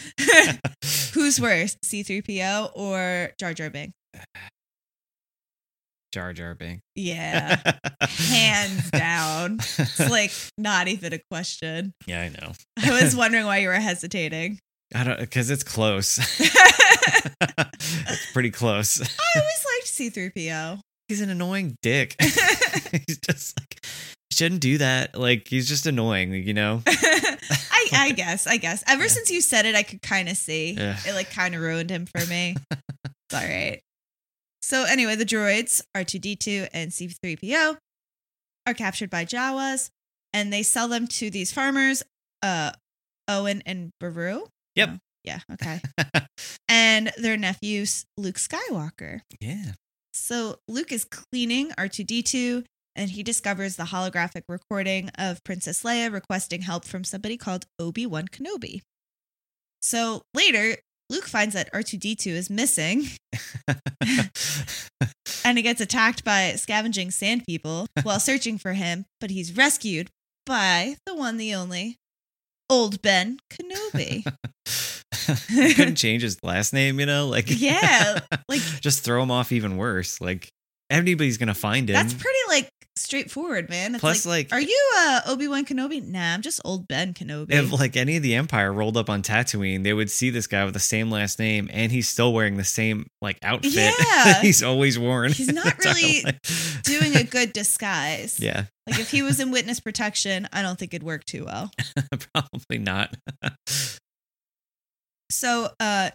S2: Who's worse, C3PO or Jar Jar Binks?
S1: Jar Jar Binks.
S2: Yeah, hands down. It's like not even a question.
S1: yeah, I know.
S2: I was wondering why you were hesitating.
S1: I don't because it's close.
S2: I
S1: it's pretty close.
S2: always liked C3PO.
S1: He's an annoying dick. he's just like shouldn't do that. Like he's just annoying. You know.
S2: I, I guess, I guess. Ever
S1: Yeah.
S2: since you said it, I could kind of see.
S1: Yeah.
S2: It like kind of ruined him for me. it's all right. So, anyway, the droids, R2D2 and C3PO, are captured by Jawas and they sell them to these farmers, uh, Owen and Baru.
S1: Yep.
S2: No. Yeah. Okay. and their nephew, Luke Skywalker.
S1: yeah.
S2: So Luke is cleaning R2D2 and he discovers the holographic recording of Princess Leia requesting help from somebody called Obi Wan Kenobi. So later, Luke finds that R2D2 is missing and he gets attacked by scavenging sand people while searching for him, but he's rescued by the one, the only, Old Ben Kenobi.
S1: couldn't change his last name. You know, like
S2: yeah, like
S1: just throw him off even worse. Like anybody's gonna find him.
S2: that's pretty like straightforward, man. It's
S1: Plus,
S2: like,
S1: like,
S2: are you uh, Obi Wan Kenobi? Nah, I'm just Old Ben Kenobi.
S1: if like any of the Empire rolled up on Tatooine, they would see this guy with the same last name, and he's still wearing the same like outfit that
S2: Yeah.
S1: he's always worn.
S2: He's
S1: his
S2: not
S1: entire
S2: really
S1: life.
S2: doing a good disguise.
S1: yeah,
S2: Like if he was in witness protection, I don't think it'd work too well.
S1: probably not.
S2: So, uh,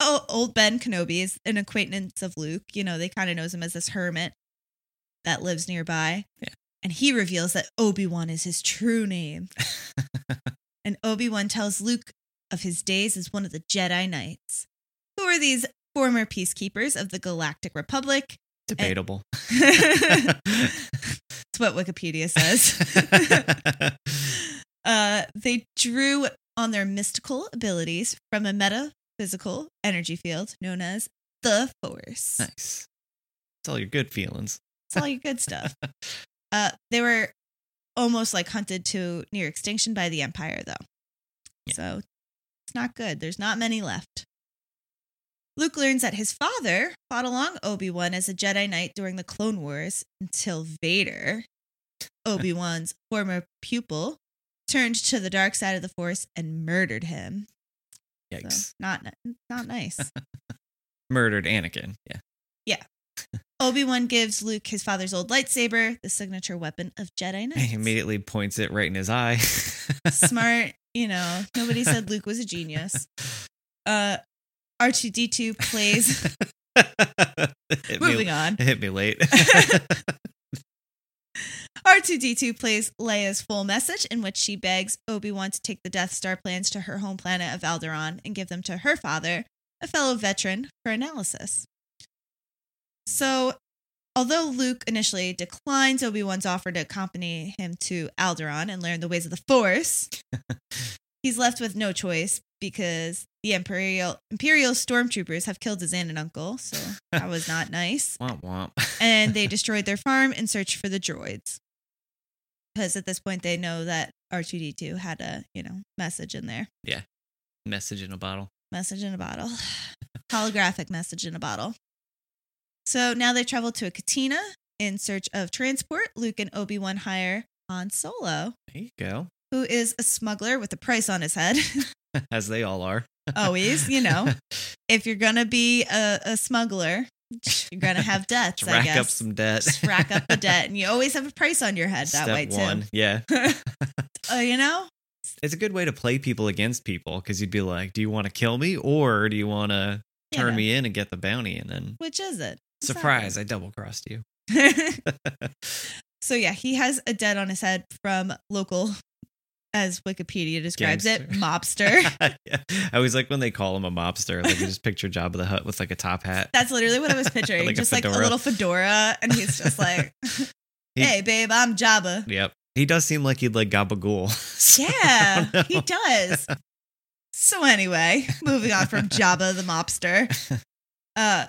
S2: oh, old Ben Kenobi is an acquaintance of Luke. You know, they kind of knows him as this hermit that lives nearby.
S1: Yeah.
S2: And he reveals that Obi Wan is his true name. and Obi Wan tells Luke of his days as one of the Jedi Knights, who are these former peacekeepers of the Galactic Republic.
S1: Debatable.
S2: it's what Wikipedia says. Uh, they drew on their mystical abilities from a metaphysical energy field known as the Force.
S1: nice. It's all your good feelings.
S2: It's all your good stuff. Uh, they were almost like hunted to near extinction by the Empire, though.
S1: Yeah.
S2: So it's not good. There's not many left. Luke learns that his father fought along Obi Wan as a Jedi Knight during the Clone Wars until Vader, Obi Wan's former pupil, turned to the dark side of the Force and murdered him. So
S1: Yikes.
S2: not not nice.
S1: Murdered Anakin. Yeah.
S2: Obi Wan gives Luke his father's old lightsaber, the signature weapon of Jedi Knights.
S1: He immediately points it right in his eye.
S2: smart. You know, nobody said Luke was a genius. Uh, R two D two plays.
S1: Hit me-
S2: moving on,
S1: It hit me late.
S2: R two D two plays Leia's full message in which she begs Obi Wan to take the Death Star plans to her home planet of Alderaan and give them to her father, a fellow veteran, for analysis. So. Although Luke initially declines Obi Wan's offer to accompany him to Alderaan and learn the ways of the Force, he's left with no choice because the imperial imperial stormtroopers have killed his aunt and uncle so that was not nice
S1: womp womp.
S2: and they destroyed their farm in search for the droids because at this point they know that r2d2 had a you know message in there
S1: Message in a bottle.
S2: message in a bottle holographic message in a bottle so now they travel to a katina in search of transport luke and obi-wan hire Han Solo,
S1: There you go.
S2: who is a smuggler with a price on his head.
S1: As they all are.
S2: Always, Oh, you know, if you're gonna be a, a smuggler, you're gonna have debts.
S1: Just
S2: I
S1: rack
S2: guess.
S1: up some debt.
S2: Just rack up the debt, and you always have a price on your head that
S1: Step
S2: way too.
S1: one. Yeah.
S2: Oh, you know,
S1: It's a good way to play people against people because you'd be like, do you want to kill me or do you want to
S2: You
S1: turn
S2: know.
S1: me in and get the bounty? And then
S2: Which is it?
S1: surprise, I double crossed you.
S2: so yeah, he has a debt on his head from local, as Wikipedia describs it, mobster.
S1: Yeah. I was like, when they call him a mobster, like you just picture Jabba the Hutt with like a top hat.
S2: That's literally what I was picturing,
S1: Like a
S2: just like a
S1: fedora.
S2: little fedora, and he's just like,
S1: He-
S2: "Hey, babe, I'm Jabba."
S1: Yep. He does seem like he'd like gabagool. So, I
S2: Yeah,
S1: don't know.
S2: he does. So anyway, moving on from Jabba the mobster, uh,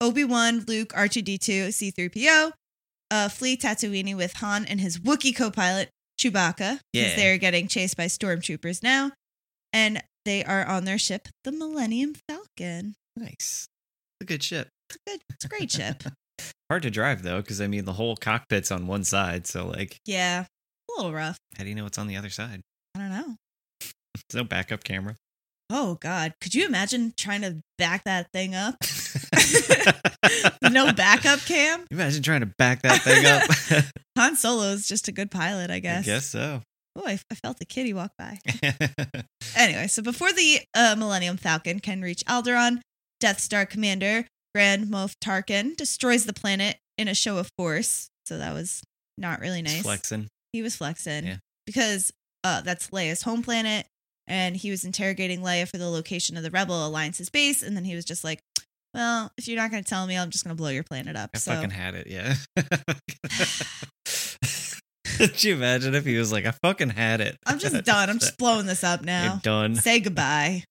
S2: Obi Wan, Luke, R two D two, C three PO, uh, flee Tatooine with Han and his Wookiee co-pilot Chewbacca,
S1: Yeah.
S2: they're getting chased by stormtroopers now, and they are on their ship, the Millennium Falcon.
S1: Nice. It's a good ship.
S2: Good, it's a great ship.
S1: Hard to drive though, because I mean the whole cockpit's on one side, so like
S2: Yeah, a little rough.
S1: how do you know what's on the other side?
S2: I don't know.
S1: There's no backup camera.
S2: Oh God, could you imagine trying to back that thing up? No backup cam.
S1: Imagine trying to back that thing up.
S2: Han Solo is just a good pilot, I
S1: I
S2: guess.
S1: guess so.
S2: Oh, I, I felt a kitty walk by. Anyway, so before the uh, Millennium Falcon can reach Alderaan, Death Star Commander Grand Moff Tarkin destroys the planet in a show of force. So that was not really nice.
S1: Flexing.
S2: He was flexing
S1: Yeah.
S2: because uh, that's Leia's home planet, and he was interrogating Leia for the location of the Rebel Alliance's base, and then he was just like, "Well, if you're not going to tell me, I'm just going to blow your planet up."
S1: I
S2: so
S1: fucking had it, yeah. Could you imagine if he was like, I fucking had it?
S2: I'm just done. I'm just blowing this up now.
S1: You're done.
S2: Say goodbye.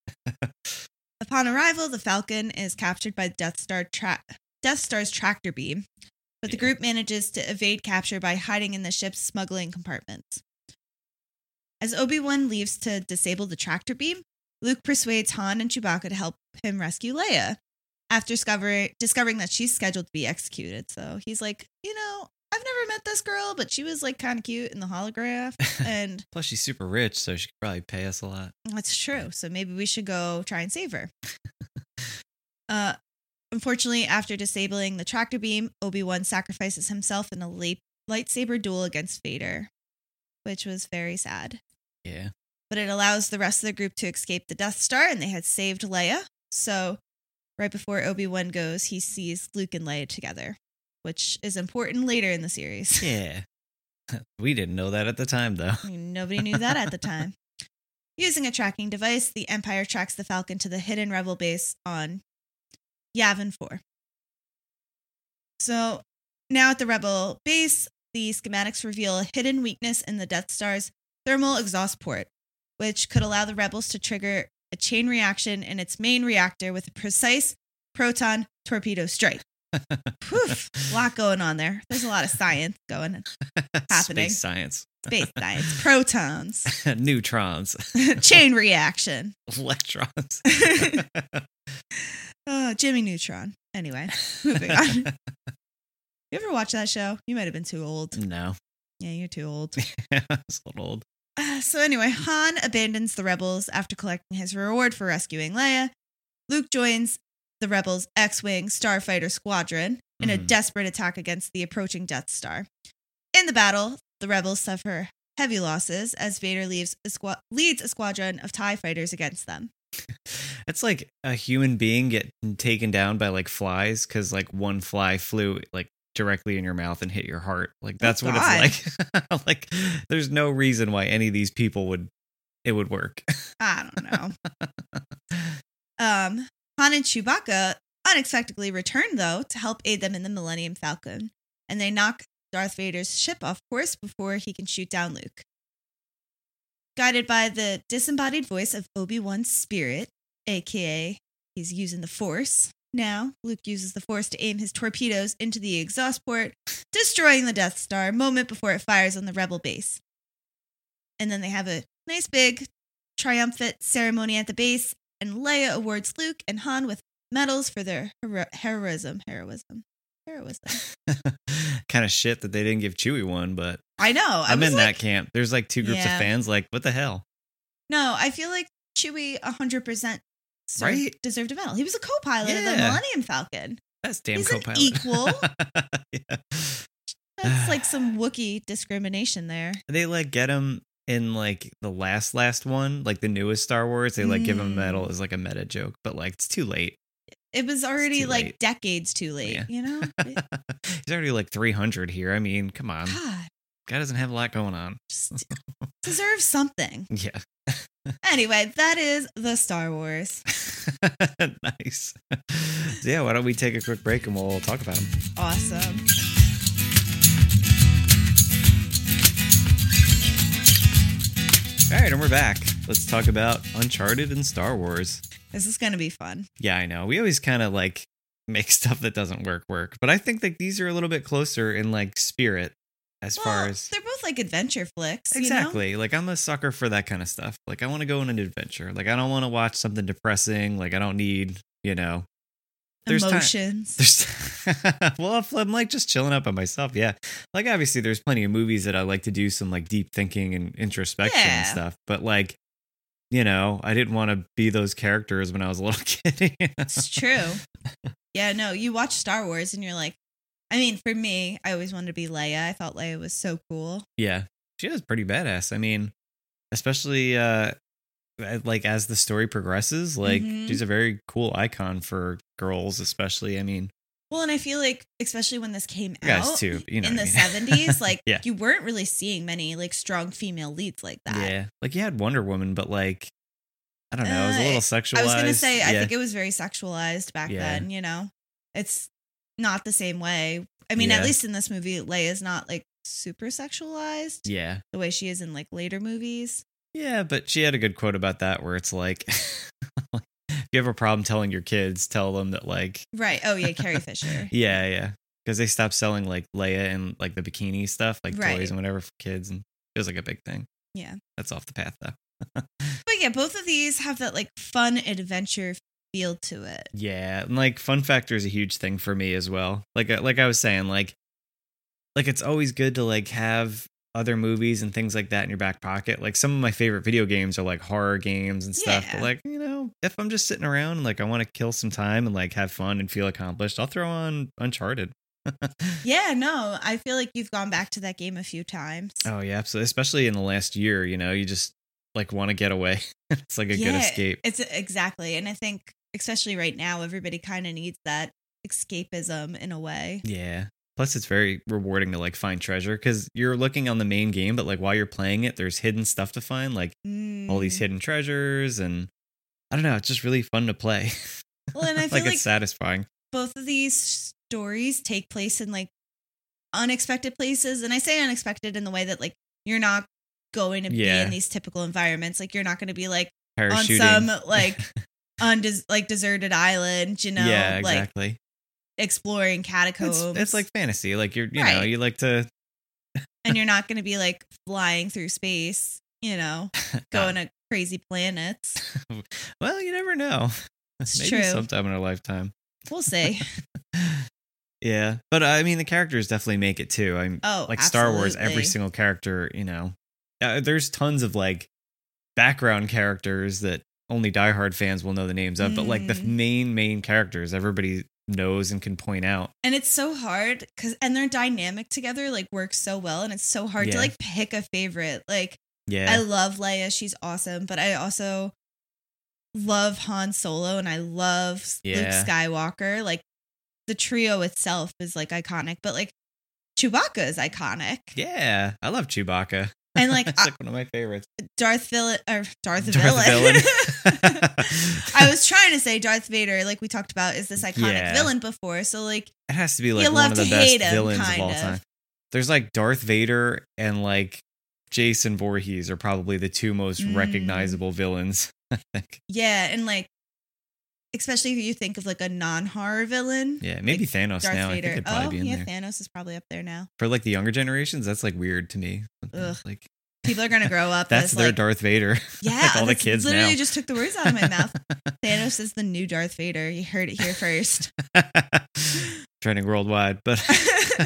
S2: Upon arrival, the Falcon is captured by Death Star tra- Death Star's tractor beam, but the
S1: Yeah.
S2: group manages to evade capture by hiding in the ship's smuggling compartments. As Obi Wan leaves to disable the tractor beam, Luke persuades Han and Chewbacca to help him rescue Leia. After discover- discovering that she's scheduled to be executed, so he's like, you know, I've never met this girl, but she was like kind of cute in the holograph, and
S1: Plus, she's super rich, so she could probably pay us a lot.
S2: That's true. So maybe we should go try and save her. uh, unfortunately, after disabling the tractor beam, Obi Wan sacrifices himself in a la- lightsaber duel against Vader, which was very sad.
S1: Yeah.
S2: But it allows the rest of the group to escape the Death Star, and they had saved Leia. So right before Obi Wan goes, he sees Luke and Leia together, which is important later in the series.
S1: Yeah. we didn't know that at the time, though.
S2: I mean, Nobody knew that at the time. Using a tracking device, the Empire tracks the Falcon to the hidden rebel base on Yavin 4. So now at the rebel base, the schematics reveal a hidden weakness in the Death Star's thermal exhaust port, which could allow the rebels to trigger a chain reaction in its main reactor with a precise proton torpedo strike. Poof, a lot going on there. There's a lot of science going, happening.
S1: Space science.
S2: space science, protons.
S1: Neutrons.
S2: chain reaction.
S1: Electrons.
S2: Uh, Jimmy Neutron. Anyway, moving on. You ever watch that show? You might have been too old.
S1: no.
S2: Yeah, you're too old.
S1: it's a little old.
S2: Uh, so anyway, Han abandons the rebels after collecting his reward for rescuing Leia. Luke joins the rebels' X-wing starfighter squadron in a
S1: Mhm.
S2: desperate attack against the approaching Death Star. In the battle, the rebels suffer heavy losses as Vader leaves a squa- leads a squadron of Tie fighters against them.
S1: It's like a human being getting taken down by like flies because like one fly flew like directly in your mouth and hit your heart.
S2: Oh,
S1: Like that's what it's like. like there's no reason why any of these people would it would work.
S2: I don't know. um, Han and Chewbacca unexpectedly return, though, to help aid them in the Millennium Falcon, and they knock Darth Vader's ship off course before he can shoot down Luke. Guided by the disembodied voice of Obi Wan's spirit, aka he's using the Force. Now, Luke uses the Force to aim his torpedoes into the exhaust port, destroying the Death Star a moment before it fires on the Rebel base. And then they have a nice big triumphant ceremony at the base, and Leia awards Luke and Han with medals for their hero- heroism. Heroism. Heroism.
S1: kind of shit that they didn't give Chewie one, but
S2: I know. I
S1: I'm
S2: was
S1: in
S2: like,
S1: that camp. There's like two groups
S2: Yeah.
S1: of fans. Like, what the hell?
S2: No, I feel like Chewie 100% ser-
S1: Right?
S2: deserved a medal. He was a co pilot of the
S1: Yeah.
S2: Millennium Falcon.
S1: That's damn
S2: He's an
S1: co-pilot.
S2: equal.
S1: yeah.
S2: That's like some Wookiee discrimination there.
S1: They like get him in like the last last one, like the newest Star Wars. They like give him a
S2: Mm.
S1: medal as like a meta joke, but like it's too late.
S2: It was already
S1: too
S2: like
S1: late.
S2: decades too late,
S1: Yeah.
S2: you know?
S1: He's already like 300 here. I mean, come on.
S2: God,
S1: Guy doesn't have a lot going on.
S2: just deserve something.
S1: Yeah.
S2: Anyway, that is the Star Wars.
S1: nice. So, yeah, why don't we take a quick break and we'll talk about him.
S2: Awesome.
S1: All right, and we're back. Let's talk about Uncharted and Star Wars.
S2: This is going to be fun.
S1: Yeah, I know. We always kind of like make stuff that doesn't work work, but I think like these are a little bit closer in like spirit as far
S2: Well,
S1: as
S2: they're both like adventure flicks. you know?
S1: Exactly. Like I'm a sucker for that kind of stuff. Like I want to go on an adventure. Like I don't want to watch something depressing. Like I don't need, you know, There's time-
S2: Emotions.
S1: there's well, if I'm like just chilling up by myself, yeah. Like obviously, there's plenty of movies that I like to do some like deep thinking and introspection and
S2: Yeah.
S1: stuff. But like, you know, I didn't want to be those characters when I was a little kid. you know?
S2: It's true. yeah, no, you watch Star Wars and you're like, I mean, for me, I always wanted to be Leia. I thought Leia was so cool.
S1: yeah, she is pretty badass. I mean, especially uh like as the story progresses, like
S2: Mhm.
S1: she's a very cool icon for girls, especially. I mean,
S2: Well, and I feel like, especially when this came
S1: guys
S2: out
S1: too, but you know
S2: in the
S1: what I mean.
S2: 70s, like
S1: Yeah.
S2: you weren't really seeing many like strong female leads like that.
S1: yeah, like you had Wonder Woman, but like I don't know, it was
S2: Uh,
S1: a little sexualized.
S2: I was going to say, I
S1: Yeah.
S2: think it was very sexualized back
S1: Yeah.
S2: then, you know? It's not the same way. I mean,
S1: Yeah.
S2: at least in this movie, Leia's not like super sexualized
S1: yeah.
S2: the way she is in like later movies.
S1: Yeah, but she had a good quote about that where it's like, if you have a problem telling your kids, tell them that, like,
S2: Right. Oh, yeah. Carrie Fisher.
S1: yeah, yeah. Because they stopped selling like Leia and like the bikini stuff, like
S2: Right.
S1: toys and whatever for kids. And it was like a big thing.
S2: Yeah.
S1: That's off the path though.
S2: But yeah, both of these have that like fun adventure feel to it.
S1: Yeah. And like fun factor is a huge thing for me as well. Like, I- like I was saying, like, like it's always good to like have other movies and things like that in your back pocket. Like some of my favorite video games are like horror games and stuff.
S2: Yeah.
S1: But like, you know, if I'm just sitting around and like I want to kill some time and like have fun and feel accomplished, I'll throw on Uncharted.
S2: Yeah, no, I feel like you've gone back to that game a few times.
S1: Oh yeah, absolutely. Especially in the last year, you know, you just like want to get away. it's like a
S2: Yeah,
S1: good escape.
S2: It's exactly. And I think, especially right now, everybody kind of needs that escapism in a way.
S1: Yeah. Plus, it's very rewarding to like find treasure because you're looking on the main game, but like while you're playing it, there's hidden stuff to find, like all these
S2: Mm.
S1: hidden treasures, and I don't know. It's just really fun to play.
S2: Well, and I feel
S1: like,
S2: like
S1: it's satisfying.
S2: both of these stories take place in like unexpected places. And I say unexpected in the way that like you're not going to be
S1: Yeah.
S2: in these typical environments. Like you're not going to be like on
S1: Parachuting.
S2: some like on des- like deserted island, you know,
S1: yeah,
S2: like
S1: exactly.
S2: exploring catacombs.
S1: It's, it's like fantasy. Like you're, you know,
S2: Right.
S1: you like to
S2: and you're not going to be like flying through space, you know, going to crazy planets.
S1: Well, you never know.
S2: It's
S1: Maybe
S2: true.
S1: sometime in our lifetime.
S2: We'll see.
S1: Yeah, but I mean, the characters definitely make it too. I'm
S2: Oh,
S1: like Star Wars, every
S2: absolutely.
S1: single character, you know, uh, there's tons of like background characters that only diehard fans will know the names of, but like the
S2: Mhm.
S1: main main characters, everybody knows and can point out.
S2: And it's so hard because and their dynamic together like works so well, and it's so hard to
S1: Yeah.
S2: like pick a favorite. Like I
S1: Yeah,
S2: love Leia, she's awesome, but I also love Han Solo and I love Luke
S1: Yeah.
S2: Skywalker. Like the trio itself is like iconic, but like Chewbacca is iconic,
S1: yeah, I love Chewbacca.
S2: and like
S1: That's like one of my favorites.
S2: Darth Villain or Darth,
S1: Darth
S2: Villain.
S1: Villain.
S2: I was trying to say Darth Vader, like we talked about, is this iconic
S1: Yeah.
S2: villain before. So like
S1: It has to be like
S2: You
S1: one
S2: love
S1: of the
S2: to
S1: best
S2: hate 'em,
S1: villains of
S2: kind
S1: all
S2: of.
S1: time. There's like Darth Vader and like Jason Voorhees are probably the two most
S2: Mm.
S1: recognizable villains. I think.
S2: Yeah, and like especially if you think of like a non-horror villain.
S1: Yeah, maybe Thanos
S2: Darth
S1: now. I
S2: Vader.
S1: think it'd probably
S2: Oh,
S1: be in
S2: yeah,
S1: there.
S2: Thanos is probably up there now.
S1: For like the younger generations, that's like weird to me. Sometimes,
S2: Ugh.
S1: Like
S2: People are gonna grow up.
S1: that's
S2: as,
S1: their
S2: like,
S1: Darth Vader.
S2: Yeah,
S1: like all the
S2: that's
S1: kids
S2: literally
S1: now.
S2: just took the words out of my mouth. Thanos is the new Darth Vader. You heard it here first.
S1: Trending worldwide, but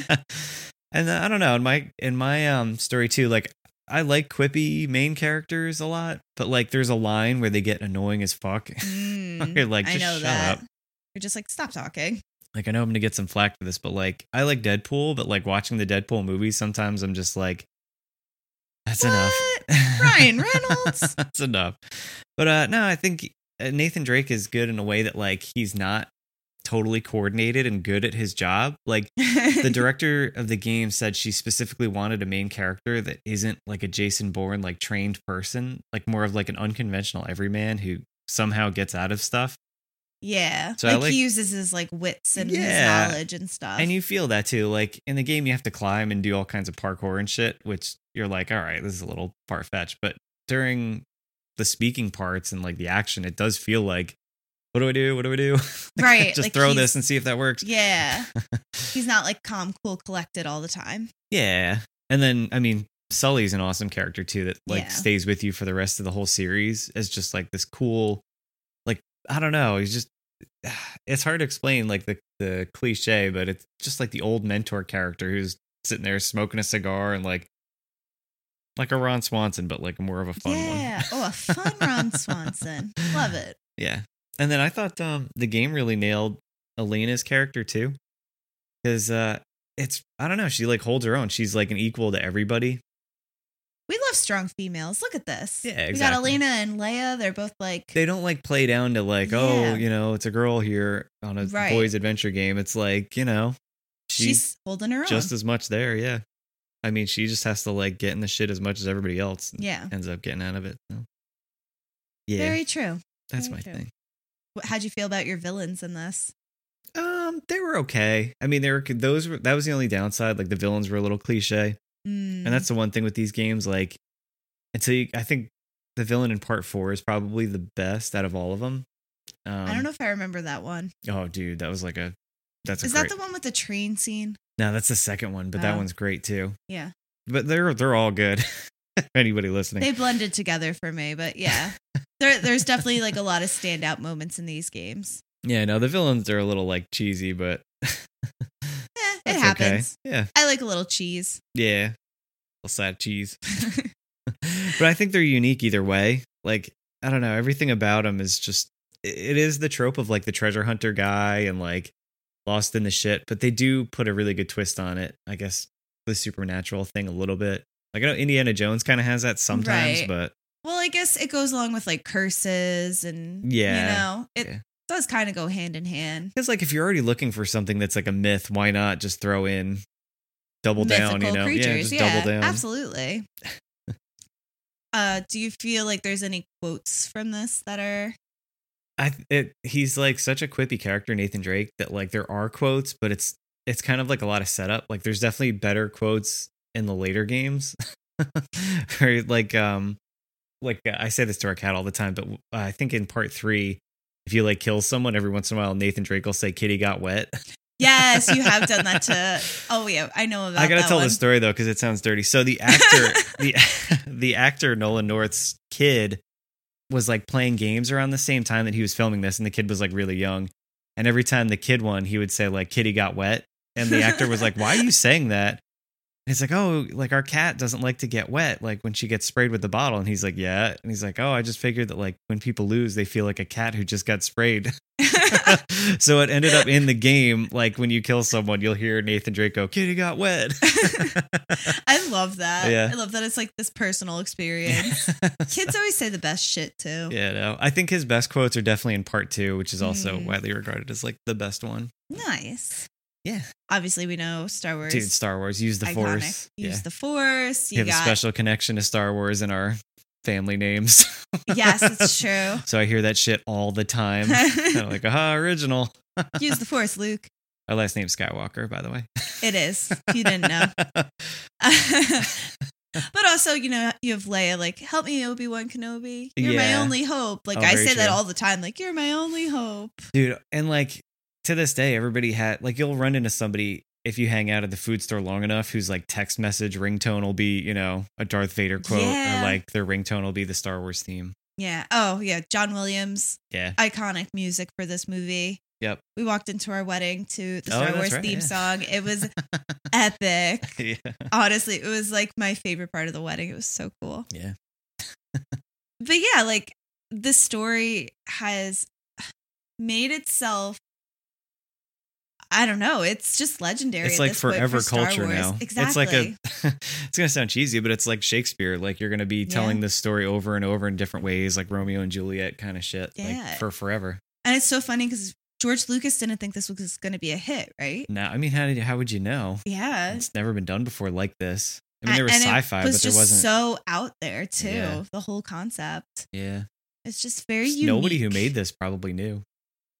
S1: and uh, I don't know in my in my um story too. Like I like quippy main characters a lot, but like there's a line where they get annoying as fuck.
S2: Mm,
S1: You're like,
S2: I
S1: just
S2: know
S1: shut
S2: that.
S1: up.
S2: You're just like, stop talking.
S1: Like I know I'm gonna get some flack for this, but like I like Deadpool, but like watching the Deadpool movies, sometimes I'm just like, that's enough.
S2: Ryan Reynolds?
S1: that's enough. But uh no, I think uh, Nathan Drake is good in a way that like he's not totally coordinated and good at his job. Like the director of the game said she specifically wanted a main character that isn't like a Jason Bourne like trained person, like more of like an unconventional everyman who somehow gets out of stuff.
S2: yeah.
S1: So I
S2: like,
S1: like-
S2: he uses his like wits and
S1: Yeah.
S2: his knowledge and stuff.
S1: And you feel that too. Like in the game you have to climb and do all kinds of parkour and shit, which you're like, all right, this is a little far fetched. But during the speaking parts and like the action, it does feel like what do I do? What do I do?
S2: Right,
S1: Just
S2: like
S1: throw
S2: he's-
S1: this and see if that works.
S2: yeah. He's not like calm, cool, collected all the time.
S1: Yeah. And then I mean Sully's an awesome character too that like
S2: Yeah.
S1: stays with you for the rest of the whole series as just like this cool like I don't know, he's just it's hard to explain like the the cliche, but it's just like the old mentor character who's sitting there smoking a cigar and like like a Ron Swanson, but like more of a fun one.
S2: yeah. Oh, a fun Ron Swanson. Love it.
S1: Yeah. And then I thought um the game really nailed Elena's character too. Cause uh it's I don't know, she like holds her own. She's like an equal to everybody.
S2: We love strong females. Look at this.
S1: Yeah,
S2: We got
S1: exactly.
S2: Elena and Leia. They're both like
S1: They don't like play down to like,
S2: Yeah.
S1: oh, you know, it's a girl here on a
S2: Right.
S1: boys adventure game. It's like, you know,
S2: she's,
S1: she's,
S2: holding her own.
S1: just as much there, yeah. I mean, she just has to like get in the shit as much as everybody else and
S2: yeah.
S1: ends up getting out of it. so. Yeah,
S2: Very true.
S1: that's
S2: very
S1: my
S2: true.
S1: thing.
S2: Wh- How'd you feel about your villains in this?
S1: Um, they were okay. I mean, they were those were that was the only downside. Like the villains were a little cliche.
S2: Mm,
S1: And that's the one thing with these games, like until you, I think the villain in part four is probably the best out of all of them. Um,
S2: I don't know if I remember that one.
S1: Oh, dude, that was like a. That's a
S2: Is
S1: great.
S2: that the one with the train scene?
S1: no, that's the second one, but that
S2: Oh.
S1: one's great too.
S2: Yeah.
S1: But they're they're all good. Anybody listening?
S2: They blended together for me, but yeah. There, there's definitely like a lot of standout moments in these games.
S1: yeah, no, the villains are a little like cheesy, but
S2: Eh, it
S1: that's
S2: happens.
S1: Okay. Yeah,
S2: I like a little cheese.
S1: yeah, little sad cheese. but I think they're unique either way. Like I don't know, everything about them is just it is the trope of like the treasure hunter guy and like lost in the shit, but they do put a really good twist on it. I guess the supernatural thing a little bit. Like I know Indiana Jones kind of has that sometimes,
S2: Right.
S1: but
S2: Well, I guess it goes along with like curses and
S1: Yeah.
S2: you know, it
S1: Yeah.
S2: does kind of go hand in hand.
S1: it's like if you're already looking for something that's like a myth, why not just throw in double down, you
S2: Mythical
S1: know? yeah,
S2: creatures,
S1: just
S2: yeah,
S1: double down.
S2: absolutely. uh, do you feel like there's any quotes from this that are
S1: I it, he's like such a quippy character, Nathan Drake, that like there are quotes, but it's it's kind of like a lot of setup. Like there's definitely better quotes in the later games, or like um like uh, I say this to our cat all the time, but uh, I think in part three, if you like kill someone every once in a while, Nathan Drake will say, "Kitty got wet."
S2: Yes, you have done that to. Oh yeah, I know about.
S1: I gotta
S2: that
S1: tell
S2: one.
S1: the story though because it sounds dirty. So the actor, the the actor Nolan North's kid was like playing games around the same time that he was filming this, and the kid was like really young. And every time the kid won, he would say like "Kitty got wet," and the actor was like, "Why are you saying that?" And it's like, "Oh, like our cat doesn't like to get wet, like when she gets sprayed with the bottle." And he's like, "Yeah," and he's like, "Oh, I just figured that like when people lose, they feel like a cat who just got sprayed." so it ended up in the game. Like when you kill someone, you'll hear Nathan Drake go, "Kitty got wet."
S2: I love that.
S1: Yeah.
S2: I love that it's like this personal experience. Kids always say the best shit too.
S1: yeah, no. I think his best quotes are definitely in part two, which is also
S2: Mm.
S1: widely regarded as like the best one.
S2: Nice.
S1: Yeah,
S2: Obviously, we know Star Wars.
S1: dude, Star Wars. Use the
S2: iconic.
S1: force.
S2: Use
S1: yeah,
S2: the force.
S1: you
S2: You
S1: have a
S2: got.
S1: special connection to Star Wars in our family names.
S2: yes, it's true.
S1: so I hear that shit all the time. I'm like, aha, original.
S2: Use the force, Luke.
S1: Our last name's Skywalker, by the way.
S2: It is. If you didn't know. but also, you know, you have Leia like, help me, Obi Wan Kenobi. You're my
S1: Yeah.
S2: only hope. Like
S1: Oh,
S2: I
S1: very
S2: say that
S1: true.
S2: all the time. Like you're my only hope.
S1: dude and like to this day everybody had like you'll run into somebody if you hang out at the food store long enough whose like text message ringtone will be you know a darth vader quote
S2: Yeah.
S1: or like their ringtone will be the star wars theme
S2: Yeah. Oh, yeah. John Williams.
S1: yeah
S2: Iconic music for this movie.
S1: Yep.
S2: We walked into our wedding to the
S1: Oh,
S2: Star
S1: that's
S2: Wars
S1: right, yeah.
S2: theme song. It was epic.
S1: yeah.
S2: Honestly, it was like my favorite part of the wedding. It was so cool.
S1: Yeah.
S2: But yeah, like the story has made itself. I don't know. It's just legendary.
S1: It's
S2: at
S1: like
S2: this point for
S1: forever
S2: Star
S1: culture
S2: Wars.
S1: now.
S2: Exactly.
S1: It's like a it's gonna sound cheesy, but it's like Shakespeare. Like you're gonna be telling this story over and over in different ways, like Romeo and Juliet kind of shit.
S2: Yeah.
S1: Like for forever.
S2: and it's so funny because George Lucas didn't think this was going to be a hit, right?
S1: Now I mean how did how would you know?
S2: Yeah.
S1: It's never been done before like this. I mean there was
S2: And it
S1: sci fi,
S2: was
S1: but there
S2: just
S1: wasn't
S2: so out there too.
S1: Yeah.
S2: The whole concept.
S1: Yeah.
S2: It's just very
S1: Just
S2: unique.
S1: Nobody who made this probably knew.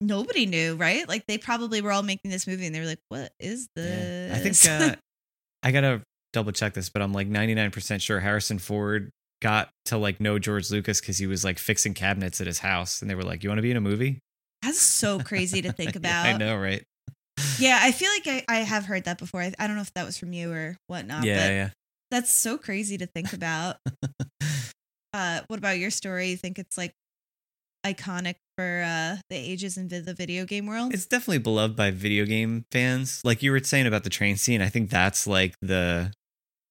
S2: nobody knew, right? Like they probably were all making this movie and they were like, "What is
S1: Yeah.
S2: this?"
S1: I think uh, I gotta double check this, but I'm like 99% sure Harrison Ford got to like know George Lucas because he was like fixing cabinets at his house, and they were like, "You want to be in a movie?"
S2: that's so crazy to think
S1: Yeah,
S2: about.
S1: I know, right?
S2: Yeah, I feel like I, I have heard that before. I, I don't know if that was from you or whatnot, Uh, but
S1: yeah,
S2: that's so crazy to think about. uh, what about your story? You think it's like iconic for uh, the ages in vi- the video game world?
S1: It's definitely beloved by video game fans. Like you were saying about the train scene, I think that's like the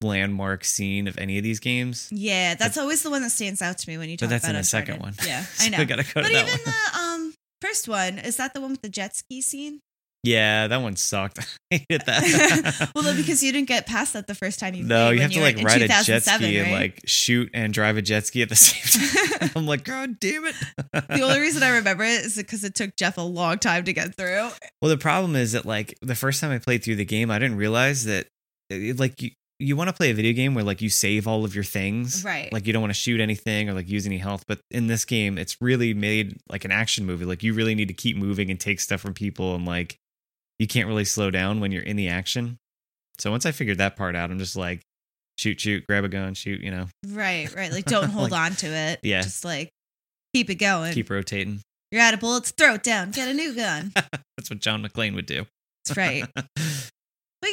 S1: landmark scene of any of these games.
S2: yeah, that's always the one that stands out to me when you talk
S1: But that's
S2: about
S1: in the second one.
S2: Uncharted. Yeah, I
S1: So
S2: know.
S1: we gotta go
S2: but
S1: to that one.
S2: even the um first one is that the one with the jet ski scene?
S1: yeah, that one sucked. I hated that.
S2: well, no, because you didn't get past that the first time you
S1: no,
S2: played
S1: you
S2: when
S1: have to
S2: were
S1: like
S2: in
S1: ride a jet
S2: 2007,
S1: ski and
S2: right?
S1: like shoot and drive a jet ski at the same time. I'm like, God damn it.
S2: the only reason I remember it is because it took Jeff a long time to get through.
S1: Well, the problem is that like the first time I played through the game, I didn't realize that uh, it- like you, you want to play a video game where like you save all of your things.
S2: Right.
S1: Like you don't want to shoot anything or like use any health, but in this game, it's really made like an action movie. Like you really need to keep moving and take stuff from people and like you can't really slow down when you're in the action. So once I figured that part out, I'm just like shoot shoot, grab a gun, shoot, you know,
S2: right, right. Like don't hold
S1: Like-
S2: on to it.
S1: Yeah.
S2: Just like keep it going.
S1: keep rotating.
S2: You're out of bullets, throw it down, get a new gun.
S1: That's what John McClane would do.
S2: That's right. But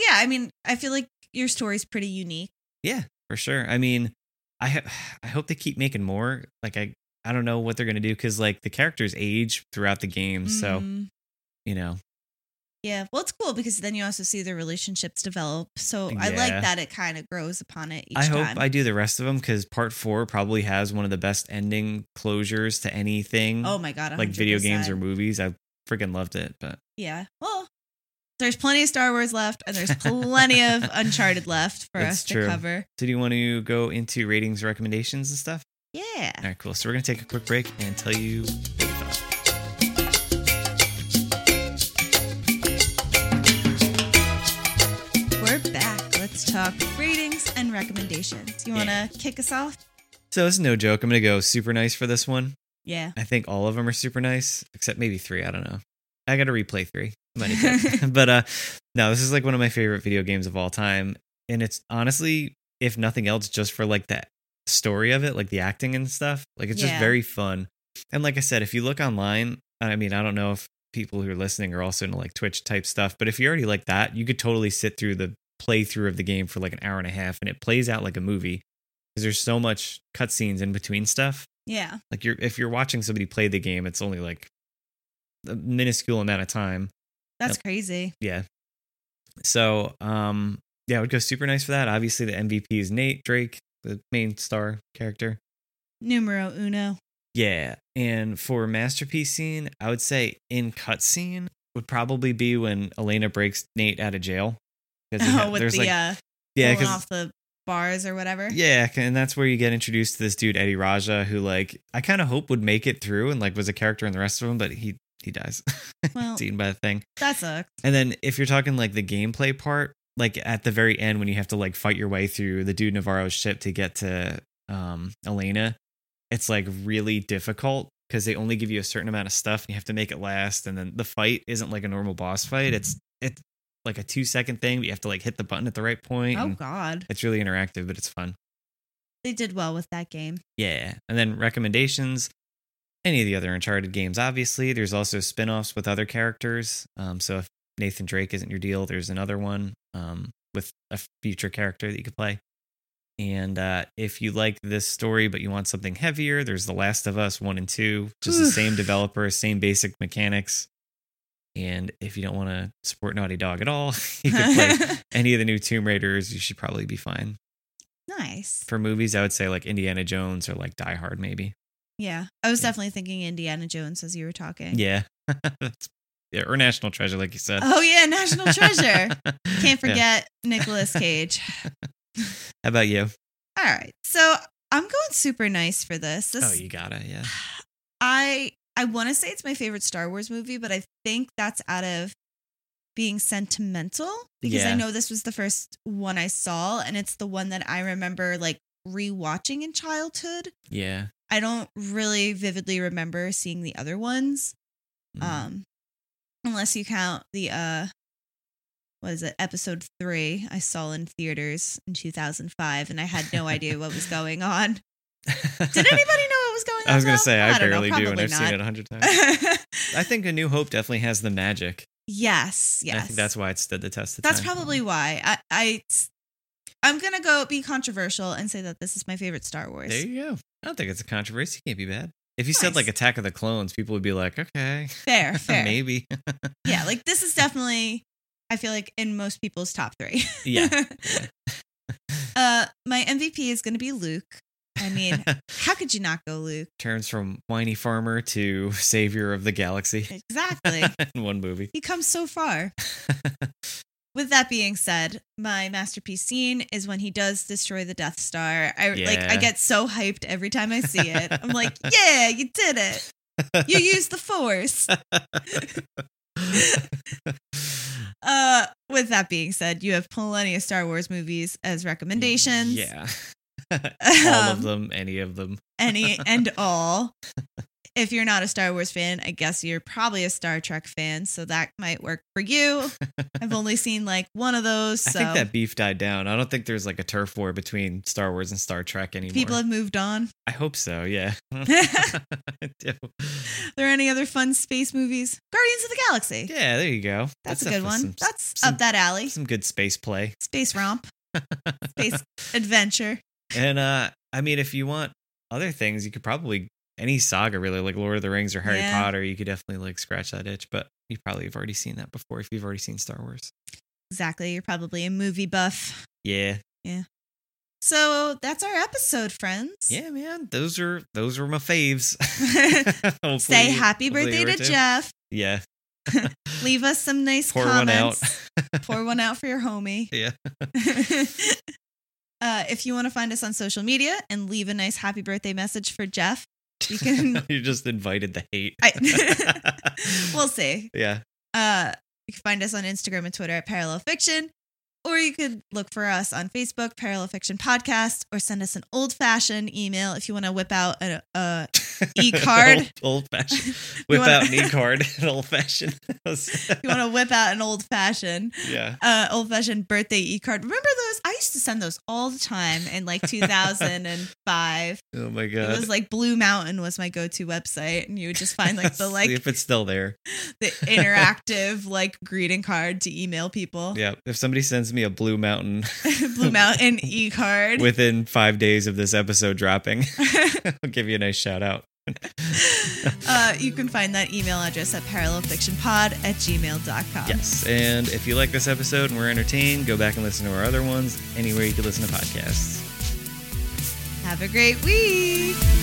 S2: yeah, I mean, I feel like your story's pretty unique.
S1: Yeah, for sure. I mean, I ha- I hope they keep making more. Like I I don't know what they're gonna do because like the characters age throughout the game, so
S2: Mm,
S1: you know.
S2: yeah. Well, it's cool because then you also see their relationships develop. So I like
S1: Yeah.
S2: that it kind of grows upon it each
S1: I
S2: time.
S1: hope I do the rest of them because part four probably has one of the best ending closures to anything.
S2: oh my god,
S1: like video games
S2: 100%.
S1: or movies. I freaking loved it, but
S2: Yeah. Well, there's plenty of Star Wars left, and there's plenty of Uncharted left for
S1: It's
S2: us
S1: true.
S2: to cover.
S1: did you want to go into ratings, recommendations, and stuff?
S2: Yeah.
S1: All right, cool. So we're gonna take a quick break and tell you. what we thought.
S2: We're back. Let's talk ratings and recommendations. You want to
S1: Yeah.
S2: kick us off?
S1: So this is no joke. I'm gonna go super nice for this one.
S2: Yeah.
S1: I think all of them are super nice, except maybe three. I don't know. I got to replay three. Might have done. but uh, no, this is like one of my favorite video games of all time, and it's honestly, if nothing else, just for like that story of it, like the acting and stuff. Like it's
S2: Yeah.
S1: just very fun. And like I said, if you look online, I mean, I don't know if people who are listening are also into like Twitch type stuff, but if you already like that, you could totally sit through the playthrough of the game for like an hour and a half, and it plays out like a movie because there's so much cutscenes in between stuff
S2: Yeah.
S1: like you're if you're watching somebody play the game it's only like a minuscule amount of time
S2: That's crazy.
S1: yeah so um yeah it would go super nice for that obviously the mvp is nate drake the main star character
S2: Numero uno.
S1: yeah and for masterpiece scene i would say in cutscene would probably be when elena breaks nate out of jail 'Cause he ha-
S2: Oh, with the uh,
S1: yeah
S2: pulling
S1: 'cause-
S2: off the bars or whatever.
S1: Yeah, and that's where you get introduced to this dude Eddie Raja, who like I kind of hope would make it through and like was a character in the rest of them, but he he dies.
S2: Well-
S1: It's eaten by the thing.
S2: That sucks.
S1: And then if you're talking like the gameplay part, like at the very end when you have to like fight your way through the dude Navarro's ship to get to um Elena, it's like really difficult because they only give you a certain amount of stuff and you have to make it last. And then the fight isn't like a normal boss fight. It's it's like a two second thing, but you have to like hit the button at the right point.
S2: Oh
S1: and
S2: God,
S1: It's really interactive, but it's fun.
S2: they did well with that game.
S1: Yeah. And then recommendations, any of the other Uncharted games, obviously. There's also spin offs with other characters. Um, so if Nathan Drake isn't your deal, there's another one um, with a future character that you could play. And uh, if you like this story, but you want something heavier, there's The Last of Us 1 and 2, just the
S2: Oof.
S1: same developer, same basic mechanics. And if you don't want to support Naughty Dog at all, you could play any of the new Tomb Raiders. You should probably be fine.
S2: nice.
S1: For movies, I would say like Indiana Jones or like Die Hard, maybe.
S2: Yeah. I was
S1: Yeah.
S2: definitely thinking Indiana Jones as you were talking.
S1: Yeah. That's- yeah. Or National Treasure, like you said.
S2: Oh, yeah. National Treasure.
S1: Yeah.
S2: Can't forget Nicolas Cage.
S1: How about you?
S2: All right. So I'm going super nice for this. This
S1: Oh, you got it. Yeah.
S2: I I want to say it's my favorite Star Wars movie, but I think that's out of being sentimental because I
S1: Yeah.
S2: know this was the first one I saw and it's the one that I remember like rewatching in childhood.
S1: Yeah.
S2: I don't really vividly remember seeing the other ones.
S1: Mm.
S2: Um unless you count the uh what is it? Episode 3 I saw in theaters in 2005 and I had no idea what was going on. Did anybody know what was going on?
S1: I was gonna
S2: going to
S1: say I,
S2: don't know,
S1: barely do, and
S2: probably
S1: I've seen
S2: not.
S1: it a hundred times. I think A New Hope definitely has the magic.
S2: yes, yes.
S1: and I think that's why it stood the test of
S2: That's
S1: time.
S2: probably why. I, I I'm gonna go be controversial and say that this is my favorite Star Wars.
S1: There you go. I don't think it's a controversy. Can't be bad. If you said like
S2: Nice.
S1: Attack of the Clones, people would be like, okay,
S2: fair, fair.
S1: maybe.
S2: Yeah, like this is definitely. I feel like in most people's top three.
S1: yeah.
S2: uh, my MVP is gonna be Luke. I mean, how could you not go Luke?
S1: Turns from whiny farmer to savior of the galaxy
S2: Exactly.
S1: in one movie.
S2: he comes so far. With that being said, my masterpiece scene is when he does destroy the Death Star. I like I
S1: Yeah.
S2: get so hyped every time I see it. I'm like, yeah, you did it. You used the force. Uh, with that being said, you have plenty of Star Wars movies as recommendations.
S1: Yeah. All
S2: Um,
S1: of them, any of them.
S2: any and all. If you're not a Star Wars fan, I guess you're probably a Star Trek fan, so that might work for you. I've only seen like one of those, so
S1: I think that beef died down. I don't think there's like a turf war between Star Wars and Star Trek anymore.
S2: people have moved on.
S1: I hope so. Yeah. I do.
S2: there any other fun space movies? Guardians of the Galaxy.
S1: Yeah. There you go.
S2: That's, a
S1: up
S2: good
S1: for
S2: one.
S1: Some,
S2: That's
S1: some-
S2: up that alley.
S1: some good space play.
S2: Space romp, space adventure.
S1: And uh I mean, if you want other things, you could probably any saga really, like Lord of the Rings or Harry
S2: Yeah.
S1: Potter. You could definitely like scratch that itch, but you probably have already seen that before if you've already seen Star Wars.
S2: Exactly. You're probably a movie buff.
S1: Yeah,
S2: So that's our episode, friends.
S1: yeah, man. Those are those were my faves. Hopefully-
S2: Say happy
S1: hopefully
S2: birthday
S1: you were
S2: to
S1: too.
S2: Jeff.
S1: Yeah,
S2: Leave us some nice
S1: pour one out.
S2: comments. Pour one out for your homie.
S1: Yeah.
S2: uh, if you want to find us on social media and leave a nice happy birthday message for Jeff, you can.
S1: you just invited the hate.
S2: I, we'll see.
S1: yeah,
S2: Uh, you can find us on Instagram and Twitter at Parallel Fiction, or you could look for us on Facebook, Parallel Fiction Podcast, or send us an old fashioned email if you want to whip out uh, a. a E-card.
S1: old, old fashioned, whip
S2: E wanna-
S1: out an e card, old fashioned.
S2: if you want to whip out an old fashioned,
S1: yeah,
S2: uh, old fashioned birthday e card. Remember those? I used to send those all the time in like 2005.
S1: oh my
S2: it
S1: god,
S2: was like Blue Mountain was my go to website, and you would just find like the
S1: See
S2: like
S1: if it's still there.
S2: the interactive like greeting card to email people.
S1: Yeah, if somebody sends me a Blue Mountain
S2: Blue Mountain e card.
S1: within five days of this episode dropping, I'll give you a nice shout out.
S2: uh, you can find that email address at parallelfictionpod at gmail.com.
S1: Yes, and if you like this episode and were entertained, go back and listen to our other ones anywhere you can listen to podcasts.
S2: Have a great week.